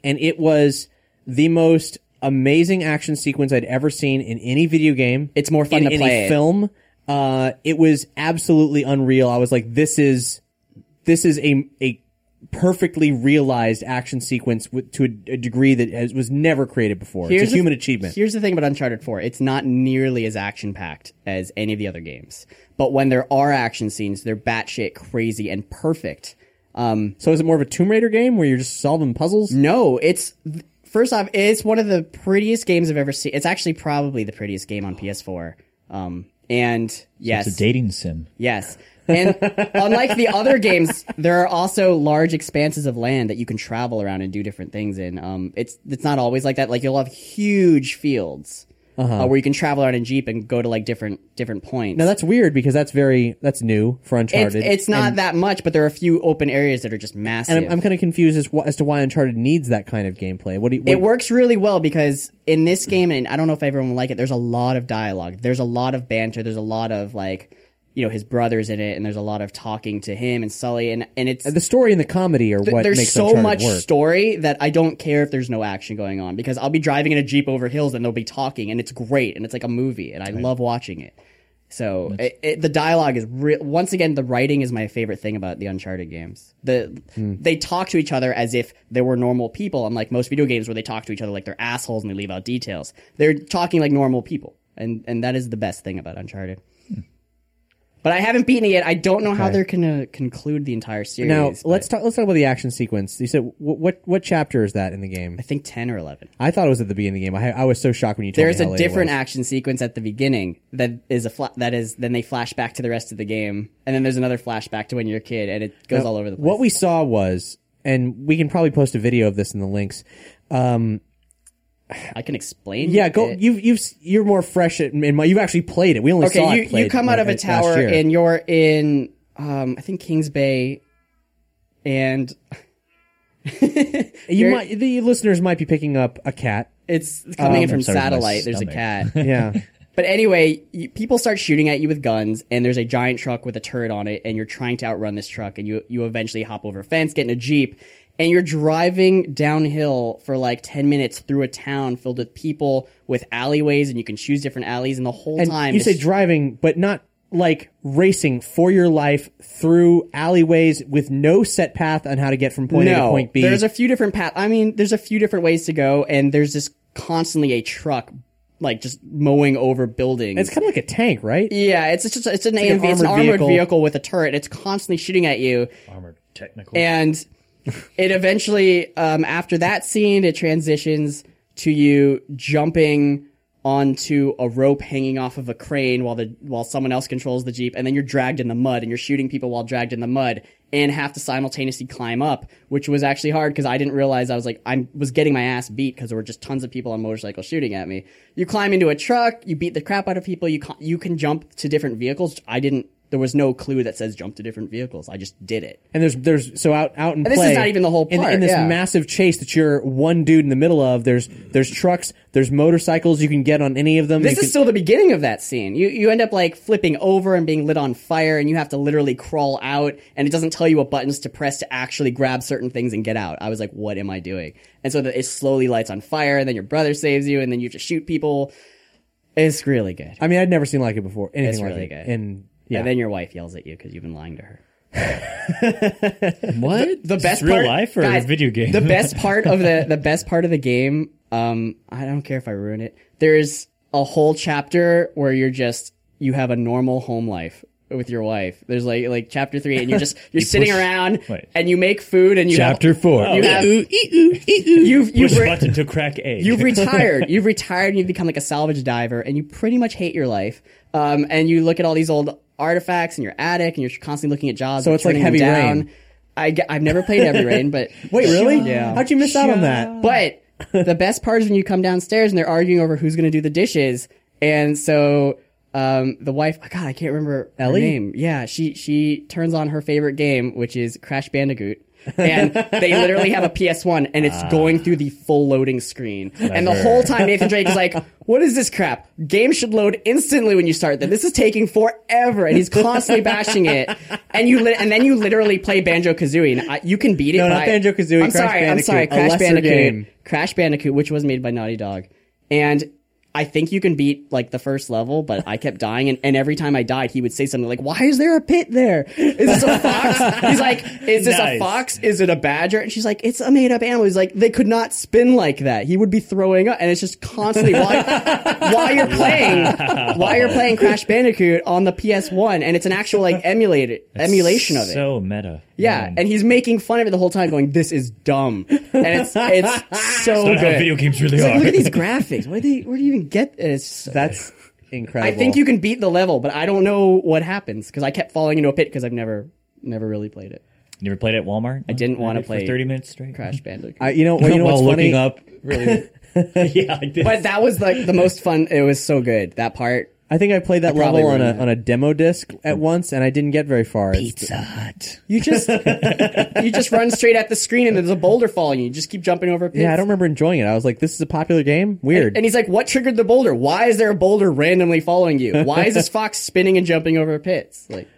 And it was the most amazing action sequence I'd ever seen in any video game. It's more fun in to any play it. film. Uh, it was absolutely unreal. I was like, this is this is a a perfectly realized action sequence with, to a, a degree that has, was never created before. it's a the- human achievement. Here's the thing about Uncharted 4. It's not nearly as action packed as any of the other games. But when there are action scenes, they're batshit crazy and perfect. Um, So is it more of a Tomb Raider game where you're just solving puzzles? no, it's first off, it's one of the prettiest games I've ever seen. It's actually probably the prettiest game on PS4. Um, and yes, it's a dating sim. Yes. And unlike the other games, there are also large expanses of land that you can travel around and do different things in. Um, it's it's not always like that. Like you'll have huge fields uh, where you can travel around in jeep and go to like different different points. Uh-huh. Now that's weird because that's very that's new for it's, Uncharted. it's not that much, but there are a few open areas that are just massive. And I'm, I'm kind of confused as, wh- as to why Uncharted needs that kind of gameplay. What do you? What, it works really well because in this Mm-hmm. game, and I don't know if everyone will like it, there's a lot of dialogue. There's a lot of banter. There's a lot of like, you know, his brother's in it, and there's a lot of talking to him and Sully, and and it's the story and the comedy are what there's makes so Uncharted much work. story that I don't care if there's no action going on because I'll be driving in a jeep over hills and they'll be talking and it's great and it's like a movie and I love watching it. So it, it, the dialogue is re- once again the writing is my favorite thing about the Uncharted games. The Hmm. they talk to each other as if they were normal people, unlike most video games where they talk to each other like they're assholes and they leave out details. They're talking like normal people, and and that is the best thing about Uncharted. Hmm. But I haven't beaten it yet. I don't know how they're gonna conclude the entire series. Now but- let's talk. Let's talk about the action sequence. You said what what, what chapter is that in the game? I think 10 or 11. I thought it was at the beginning of the game. I, I was so shocked when you told There's me. how a late it different was. action sequence at the beginning that is a fla- that is then they flash back to the rest of the game and then there's another flashback to when you're a kid and it goes all over the place. What we saw was, and we can probably post a video of this in the links. Um, I can explain. yeah, go. it. You've you've you're more fresh at, in my. You've actually played it. We only saw okay, it you, played you come out of a like last tower year. and you're in um I think Kings Bay and you might the listeners might be picking up a cat. it's coming in from sorry, my satellite. There's a stomach. cat. Yeah. But anyway, you, people start shooting at you with guns, and there's a giant truck with a turret on it, and you're trying to outrun this truck, and you you eventually hop over a fence, get in a jeep, and you're driving downhill for like ten minutes through a town filled with people with alleyways, and you can choose different alleys, and the whole And time you it's- say driving, but not like racing for your life through alleyways with no set path on how to get from point A to point B. There's a few different path. I mean, there's a few different ways to go, and there's just constantly a truck like just mowing over buildings. it's kind of like a tank, right? yeah, it's it's just it's an an AMV, it's an armored armored vehicle. vehicle. with a turret. It's constantly shooting at you, Armored technical. and it eventually, um, after that scene, it transitions to you jumping onto a rope hanging off of a crane while the while someone else controls the jeep, and then you're dragged in the mud, and you're shooting people while dragged in the mud, and have to simultaneously climb up, which was actually hard because I didn't realize I was like I was getting my ass beat because there were just tons of people on motorcycles shooting at me. You climb into a truck, you beat the crap out of people. You ca- you can jump to different vehicles. which I didn't. There was no clue that says jump to different vehicles. I just did it. And there's there's so out out in this is play. not even the whole in- In, part, this yeah. massive chase that you're one dude in the middle of. There's there's trucks. There's motorcycles. You can get on any of them. You This is can- still the beginning of that scene. You you end up like flipping over and being lit on fire, and you have to literally crawl out. And it doesn't tell you what buttons to press to actually grab certain things and get out. I was like, what am I doing? And so the, it slowly lights on fire, and then your brother saves you, and then you have to shoot people. It's really good. I mean, I'd never seen like it before. Anything It's like really it. good. And yeah, And then your wife yells at you because you've been lying to her. What? The best real part, life or guys, video game? The best part of the the best part of the game. Um, I don't care if I ruin it. There's a whole chapter where you're just you have a normal home life with your wife. There's like like chapter three, and you're just you're sitting around wait. Oh, and you make food and you Chapter have, four. You have you've Push you've, re- button to crack egg. you've retired. You've retired and you become like a salvage diver, and you pretty much hate your life. Um, and you look at all these old artifacts in your attic, and you're constantly looking at jobs. So it's like Heavy Rain. I, have never played Heavy Rain, but wait, really? Yeah. How'd you miss out on that? But the best part is when you come downstairs and they're arguing over who's going to do the dishes. And so um, the wife, oh God, I can't remember Ellie? her name. Yeah, she she turns on her favorite game, which is Crash Bandicoot. and they literally have a PS1 and it's going through the full loading screen. And the whole time Nathan Drake is like, What is this crap? Games should load instantly when you start them. This is taking forever. And he's constantly bashing it. And you li- and then you literally play Banjo Kazooie. And I, you can beat it. No, but not I- Banjo-Kazooie, I'm Crash sorry, I'm Bandicoot, sorry. a Crash lesser Bandicoot. game. Crash Bandicoot, which was made by Naughty Dog. And I think you can beat like the first level, but I kept dying. And, and every time I died, he would say something like, Why is there a pit there? Is this a fox? He's like, Is this a Nice. fox? Is it a badger? And she's like, It's a made up animal. He's like, They could not spin like that. He would be throwing up. And it's just constantly while, while you're playing, while you're playing Crash Bandicoot on the PS1. And it's an actual like emulated emulation of it. So meta. Yeah, Mm. and he's making fun of it the whole time, going, "This is dumb," and it's it's so That's not how good. video games really It's like, are. Look at these graphics. Where do they? Where do you even get this? That's incredible. I think you can beat the level, but I don't know what happens because I kept falling into a pit because I've never never really played it. You ever played at Walmart? I didn't wanna play for thirty minutes straight. Crash Bandicoot. I, you know. Well, you know While what's funny? looking up, really, yeah, I did. but that was like the most fun. It was so good that part. I think I played that probably level on a ruined it. on a demo disc at once, and I didn't get very far. It's- You just you just run straight at the screen and there's a boulder falling. You just keep jumping over. Pits. Yeah, I don't remember enjoying it. I was like, "This is a popular game. Weird." And he's like, "What triggered the boulder? Why is there a boulder randomly following you? Why is this fox spinning and jumping over pits?" Like,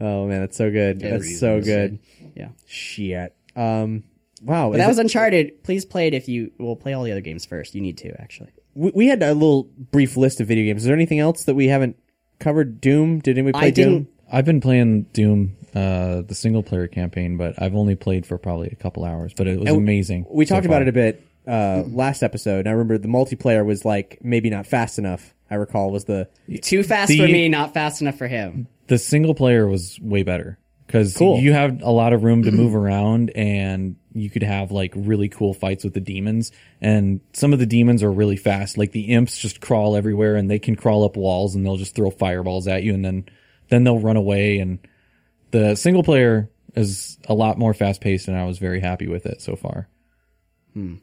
oh man, that's so good. That's so good. yeah. Shit. Um. Wow. But is that was it- Uncharted. Please play it if you will play all the other games first. You need to actually. we, we had a little brief list of video games. Is there anything else that we haven't covered? Doom. Did anybody play I Doom? didn't. I've been playing Doom, uh, the single player campaign, but I've only played for probably a couple hours. But it was amazing. We so talked about far. it a bit uh, last episode. And I remember the multiplayer was like maybe not fast enough. I recall was the Too fast The- for me, not fast enough for him. the single player was way better because you have a lot of room to move around and you could have like really cool fights with the demons and some of the demons are really fast like the imps just crawl everywhere and they can crawl up walls and they'll just throw fireballs at you and then then they'll run away and the single player is a lot more fast paced and I was very happy with it so far.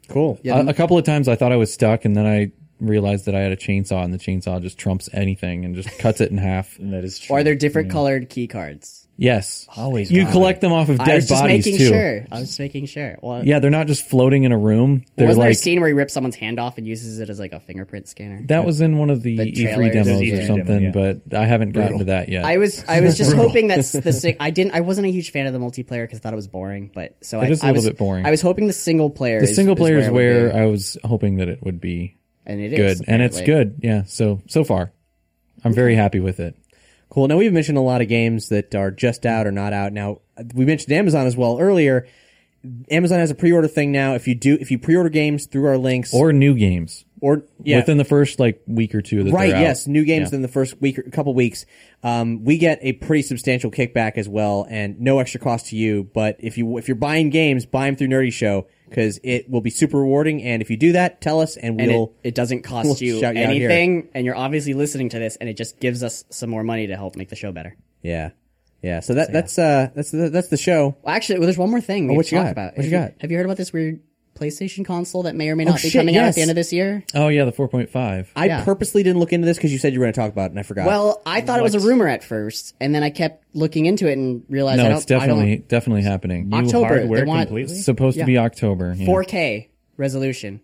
cool. A, a couple of times I thought I was stuck and then I realized that I had a chainsaw and the chainsaw just trumps anything and just cuts it in half. that is true. Or are there different colored key cards? Yes, Always You buy. collect them off of I dead was just bodies making too. sure. I was just making sure. Well, Yeah, they're not just floating in a room. They're wasn't there a like scene where he rips someone's hand off and uses it as like a fingerprint scanner? that was in one of the, E3 trailers. demos Yeah. or something, Yeah. but I haven't gotten to that yet. I was I was just hoping that's the si- I didn't I wasn't a huge fan of the multiplayer because I thought it was boring. But so I, is a I little was bit boring. I was hoping the single player. the single player is it would where be. I was hoping that it would be and it is good, and it's apparently. good. Yeah, so so far, I'm very happy with it. Cool. Now we've mentioned a lot of games that are just out or not out. Now we mentioned Amazon as well earlier. Amazon has a pre-order thing now. If you do, if you pre-order games through our links Or new games or yeah, within the first like week or two. That right, they're out. yes, new games Yeah. in the first week, or couple weeks. Um, we get a pretty substantial kickback as well, and no extra cost to you. But if you if you're buying games, buy them through Nerdy Show because it will be super rewarding. And if you do that, tell us, and And we'll. it, it doesn't cost we'll you shout you out here. anything, and you're obviously listening to this, and it just gives us some more money to help make the show better. yeah, yeah. So that that's uh that's the, that's the show. Well, actually, well, there's one more Oh, thing we what have to you talk got? about. What have you got? Have you heard about this weird PlayStation console that may or may not be shit, coming out at yes. the end of this year? Oh yeah, the 4.5. I Yeah. purposely didn't look into this because you said you were going to talk about it, and I forgot. Well, I thought it was a rumor at first, and then I kept looking into it and realized I no, don't. it's definitely definitely happening. I don't, October hardware they want completely? It's supposed to be October. yeah. 4K resolution.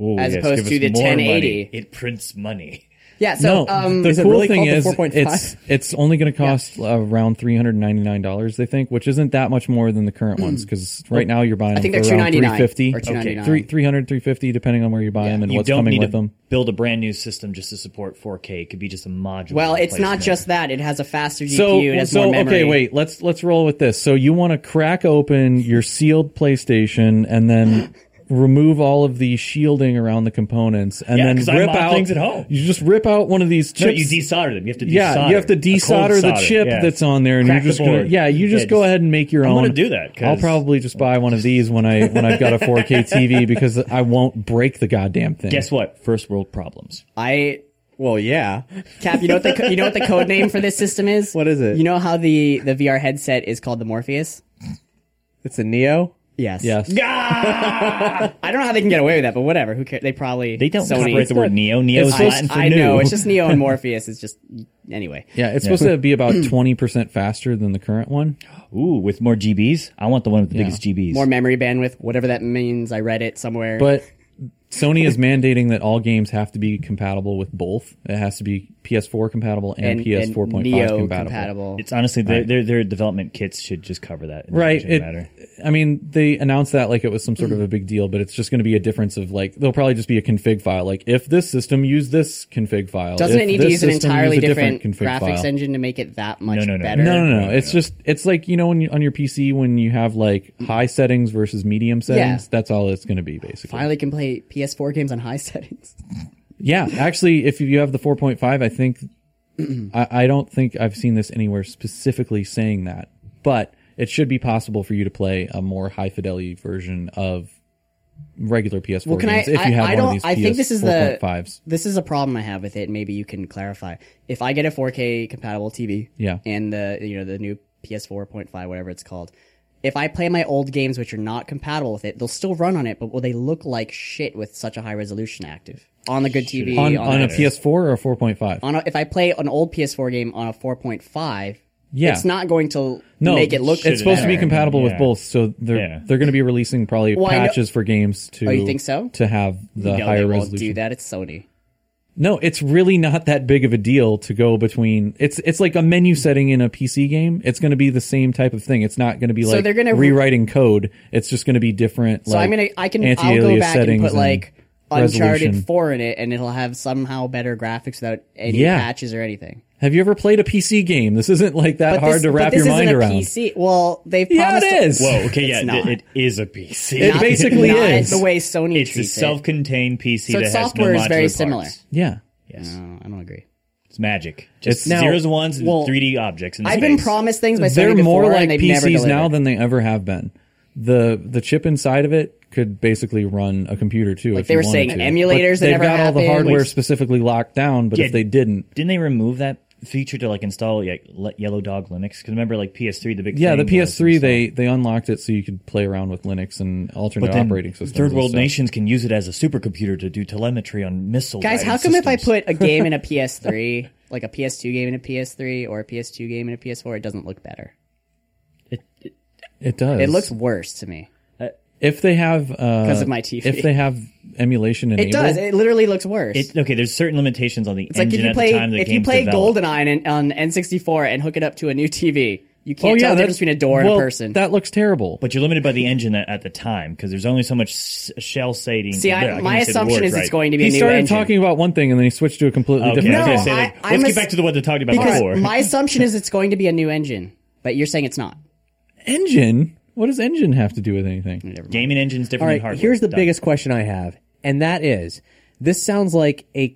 Ooh, As yes, opposed give to us the more 1080. money. It prints money. Yeah. So no, um, the it cool really thing called the 4.5? is it's it's only going to cost around three hundred ninety nine dollars, they think, which isn't that much more than the current Hmm. ones because right now you're buying. I think them they're for two around ninety nine 350. or two ninety nine. Three, 300, 350, depending on where you buy them and you what's don't coming need with to them. build a brand new system just to support 4K. It could be just a module. well, it's not just that; it has a faster GPU. So, it has so more memory. okay, wait. Let's let's roll with this. So you want to crack open your sealed PlayStation and then remove all of the shielding around the components and Yeah, then 'cause I rip mod out things at home. You just rip out one of these No, chips. you desolder them. You have to desolder. Yeah, you have to A cold desolder the solder, chip yeah. that's on there, and Crack you're just the gonna, board. yeah, you just Yeah, go just- ahead and make your I'm own. gonna do that, 'cause- I'll probably just buy one of these when I when I've got a 4K TV because I won't break the goddamn thing. Guess what? First world problems. I well, yeah. Cap, you know what the co- you know what the code name for this system is? What is it? You know how the the VR headset is called the Morpheus? It's a Neo. Yes. Yes. I don't know how they can get away with that, but whatever. Who cares? They probably They don't Sony. copyright the word Neo. Neo is I, Latin for I new. know. It's just Neo and Morpheus. It's just anyway. Yeah, it's supposed to be about 20% faster than the current one. Oh, Ooh, with more GBs. I want the one with the biggest GBs. More memory bandwidth, whatever that means. I read it somewhere. But Sony is mandating that all games have to be compatible with both. It has to be PS4 compatible and, PS4.5 Neo compatible. It's honestly their, their their development kits should just cover that. It Right. Shouldn't It, matter. I mean, they announced that like it was some sort of a big deal, but it's just going to be a difference of like there'll probably just be a config file. Like if this system used this config file, Doesn't if it need this to use an system entirely used a different, config graphics file. engine to make it that much no, no. better? No, no, no. It's just it's like you know when you, on your PC when you have like high settings versus medium settings. Yeah. That's all it's going to be basically. Finally, can play PS4 games on high settings. Yeah, actually, if you have the 4.5, I think I, I don't think I've seen this anywhere specifically saying that, but it should be possible for you to play a more high fidelity version of regular PS4 Well, can I? games if I, you have I one of don't. these I think PS4.5s. this is the this is a problem I have with it. and Maybe you can clarify. If I get a 4K compatible TV, Yeah. and the you know the new PS4.5, whatever it's called, if I play my old games which are not compatible with it, they'll still run on it, but will they look like shit with such a high resolution active on the good TV? on, on a the- PS4 or a 4.5. on a, if I play an old PS4 game on a 4.5, Yeah. it's not going to no, make it look. It's supposed to be better. compatible with Yeah. both, so they're Yeah. they're going to be releasing probably Well, I know- patches for games to. Oh, you think so? To have the no, they higher won't resolution. do that. It's Sony. No, it's really not that big of a deal to go between. It's it's like a menu setting in a PC game. It's going to be the same type of thing. It's not going to be like they're gonna- rewriting code. It's just going to be different. So I'm gonna I can I'll anti-alias go back and settings put like resolution. Uncharted Four in it, and it'll have somehow better graphics without any Yeah. patches or anything. Have you ever played a PC game? This isn't like that hard to but wrap your isn't mind a around. PC. Well, they've Yeah, promised it is. Whoa. Okay. Yeah. It's not. It, it is a PC. It basically not is. the way Sony it's a treats it. self-contained PC So that its has software no is very modular similar. parts. yeah, Yes. No, I don't agree. It's magic. Just It's now- zeros, ones, and well, 3D objects. In I've been space. promised things by Sony they're before, more like and they've never PCs now delivered. than they ever have been. the The chip inside of it could basically run a computer too. if they you were wanted saying to. emulators that But they've never got all the happened. hardware Like- specifically locked down. But Yeah. if they didn't, Didn't they remove that feature to like install like, le- Yellow Dog Linux? Because remember, like PS3, the big Yeah, the thing was PS3 install- they they unlocked it so you could play around with Linux and alternate But then operating systems. Third and world stuff. nations can use it as a supercomputer to do telemetry on missile. Guys, guided how come if I systems? put a game in a PS3, like a PS2 game in a PS3 or a PS2 game in a PS4, it doesn't look better? It does. It looks worse to me. if they have because of my TV. If they have emulation enabled, It does. It literally looks worse. It, okay, there's certain limitations on the it's like if engine you play at the time the if you game's play developed. GoldenEye on, on N64 and hook it up to a new TV, you can't tell the that- difference between a door and Oh, well, a person. That looks terrible. But you're limited by the engine at, at the time because there's only so much s- shell shading. See, Bleh, I, can't my even say the assumption word is right. it's going to be he a new started engine. talking about one thing and then he switched to a completely Okay, different. I was No, gonna say, like, I- I'm let's ass- get back to the one they talked about because before. my assumption is it's going to be a new engine, but you're saying it's not. engine. What does engine have to do with anything? Gaming engines different All than right, hardware. here's the Done. biggest question I have, and that is: this sounds like a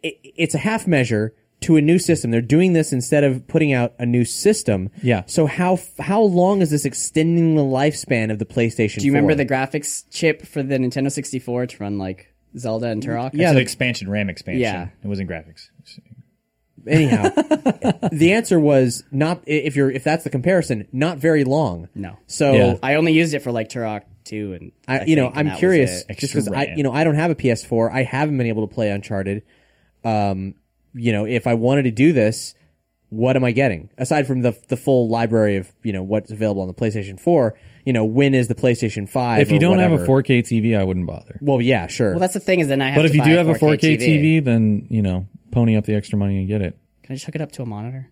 it, it's a half measure to a new system. They're doing this instead of putting out a new system. Yeah. So how f- how long is this extending the lifespan of the PlayStation? Do you remember the graphics chip for the Nintendo 64 to run like Zelda and Turok? It's an expansion, RAM expansion. Yeah. It wasn't graphics. Anyhow, the answer was not i- if you're if that's the comparison, not very long. No. So Yeah. I only used it for like Turok 2 and I, you know, think, and that I'm was curious it. just because I, RAM. you know, I don't have a PS4. I haven't been able to play Uncharted. Um, you know, if I wanted to do this, what am I getting aside from the the full library of you know what's available on the PlayStation 4? You know, when is the PlayStation 5? If you or don't have a whatever. 4K TV, I wouldn't bother. well, yeah, sure. Well, that's the thing is then I have But to if you buy do have a 4K TV, then you know, pony up the extra money and get it. Can I just hook it up to a monitor?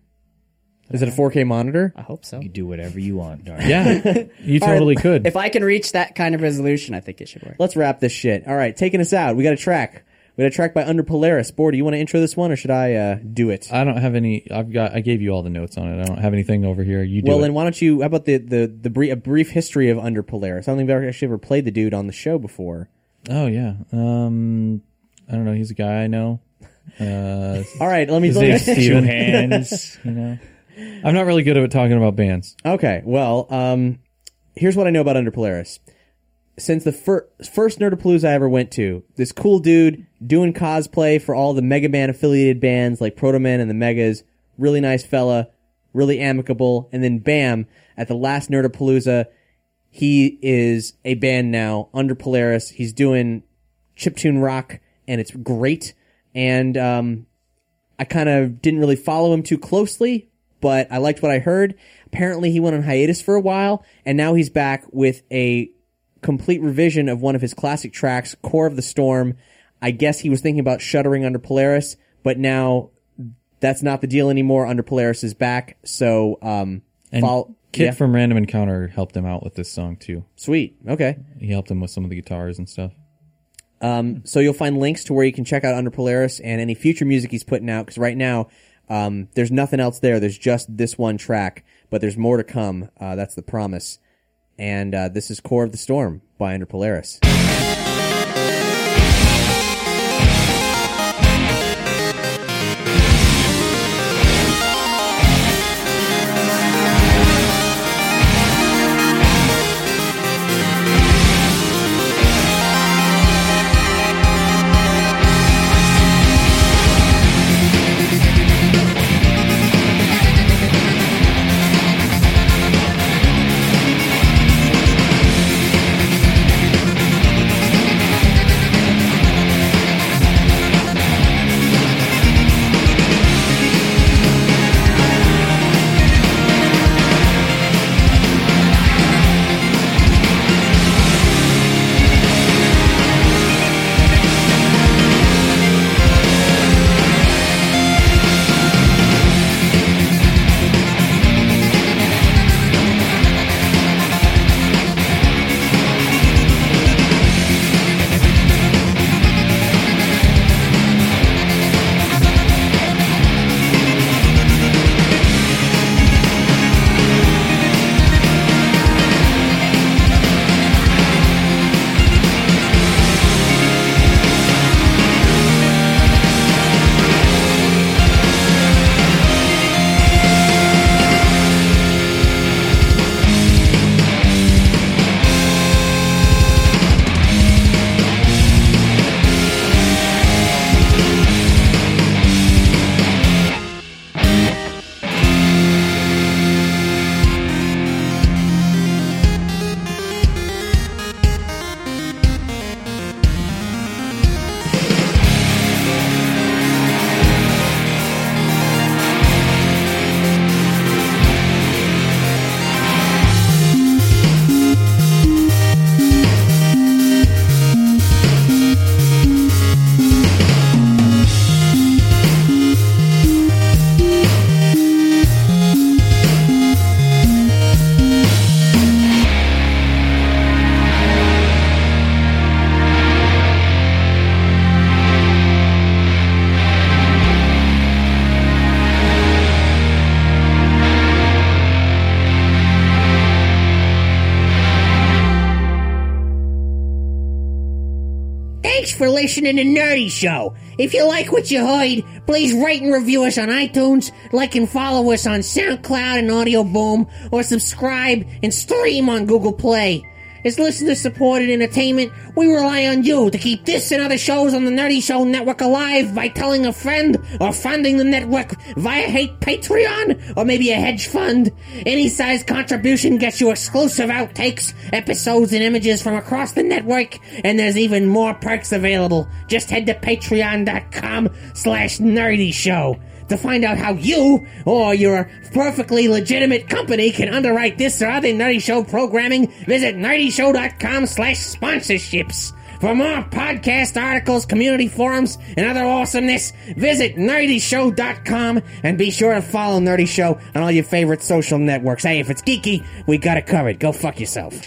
is it a 4K monitor? I hope so. You do whatever you want, darn. Yeah, you totally could. If I can reach that kind of resolution, I think it should work. Let's wrap this shit. All right, taking us out. We got a track. We got a track by Under Polaris. Board, do you want to intro this one, or should I uh, do it? I don't have any. I've got. I gave you all the notes on it. I don't have anything over here. You do. Well, it. then why don't you? How about the the the brief, a brief history of Under Polaris? I don't think we've actually ever played the dude on the show before. oh yeah. Um, I don't know. He's a guy I know. Uh, All right, let me. his let me- name's Two Steven. hands. you know, I'm not really good at talking about bands. Okay, well, um, here's what I know about Under Polaris. Since the fir- first Nerdapalooza I ever went to, this cool dude doing cosplay for all the Mega Man affiliated bands like Proto Man and the Megas, really nice fella, really amicable, and then bam, at the last Nerdapalooza, he is a band now under Polaris. He's doing chiptune rock, and it's great. And um, I kind of didn't really follow him too closely, but I liked what I heard. Apparently, he went on hiatus for a while, and now he's back with a complete revision of one of his classic tracks, Core of the Storm. I guess he was thinking about shuttering under Polaris, but now that's not the deal anymore. Under Polaris is back, so um, And follow- Kid yeah, from Random Encounter helped him out with this song too. sweet, okay. He helped him with some of the guitars and stuff. So you'll find links to where you can check out Under Polaris and any future music he's putting out. Because right now, um, there's nothing else there. There's just this one track, but there's more to come. Uh, that's the promise. And uh, this is Core of the Storm by Under Polaris. Thank listening to Nerdy Show. If you like what you heard, please rate and review us on iTunes, like and follow us on SoundCloud and Audio Boom, or subscribe and stream on Google Play. As listener supported entertainment, we rely on you to keep this and other shows on the Nerdy Show Network alive by telling a friend or funding the network via Hate Patreon or maybe a hedge fund. Any size contribution gets you exclusive outtakes, episodes, and images from across the network, and there's even more perks available. Just head to patreon.com slash nerdy show to find out how you or your perfectly legitimate company can underwrite this or other Nerdy Show programming, visit nerdyshow.com slash sponsorships. For more podcast articles, community forums, and other awesomeness, visit nerdyshow.com and be sure to follow Nerdy Show on all your favorite social networks. Hey, if it's geeky, we got it covered. Go fuck yourself.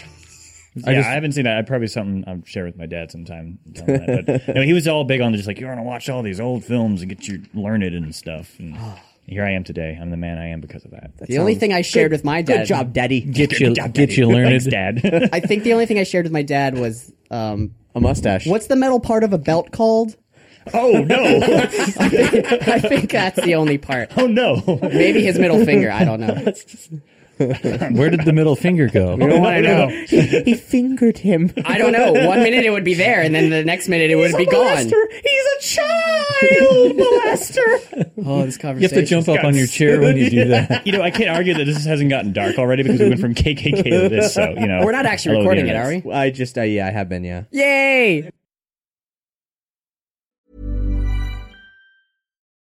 Yeah, I, haven't seen that. I probably something I'll share with my dad sometime. tell him That. But no, he was all big on just like you're gonna watch all these old films and get your learned and stuff. And here I am today. I'm the man I am because of that. The only thing I shared with my dad. Good job, Daddy. Get you, get you learned. Thanks, Dad. I think the only thing I shared with my dad was um, A mustache. what's the metal part of a belt called? oh no! I think that's the only part. Oh no! Maybe his middle finger. I don't know. Where did the middle finger go? I know. he, he fingered him. I don't know. One minute it would be there, and then the next minute it would be gone. He's a child molester. Oh, this You have conversation. to jump up on your chair when you do that. You know, I can't argue that this hasn't gotten dark already because we went from KKK to this. So you know, We're not actually hello, the recording it, internet. are we? I just, uh, yeah, I have been, yeah. Yay!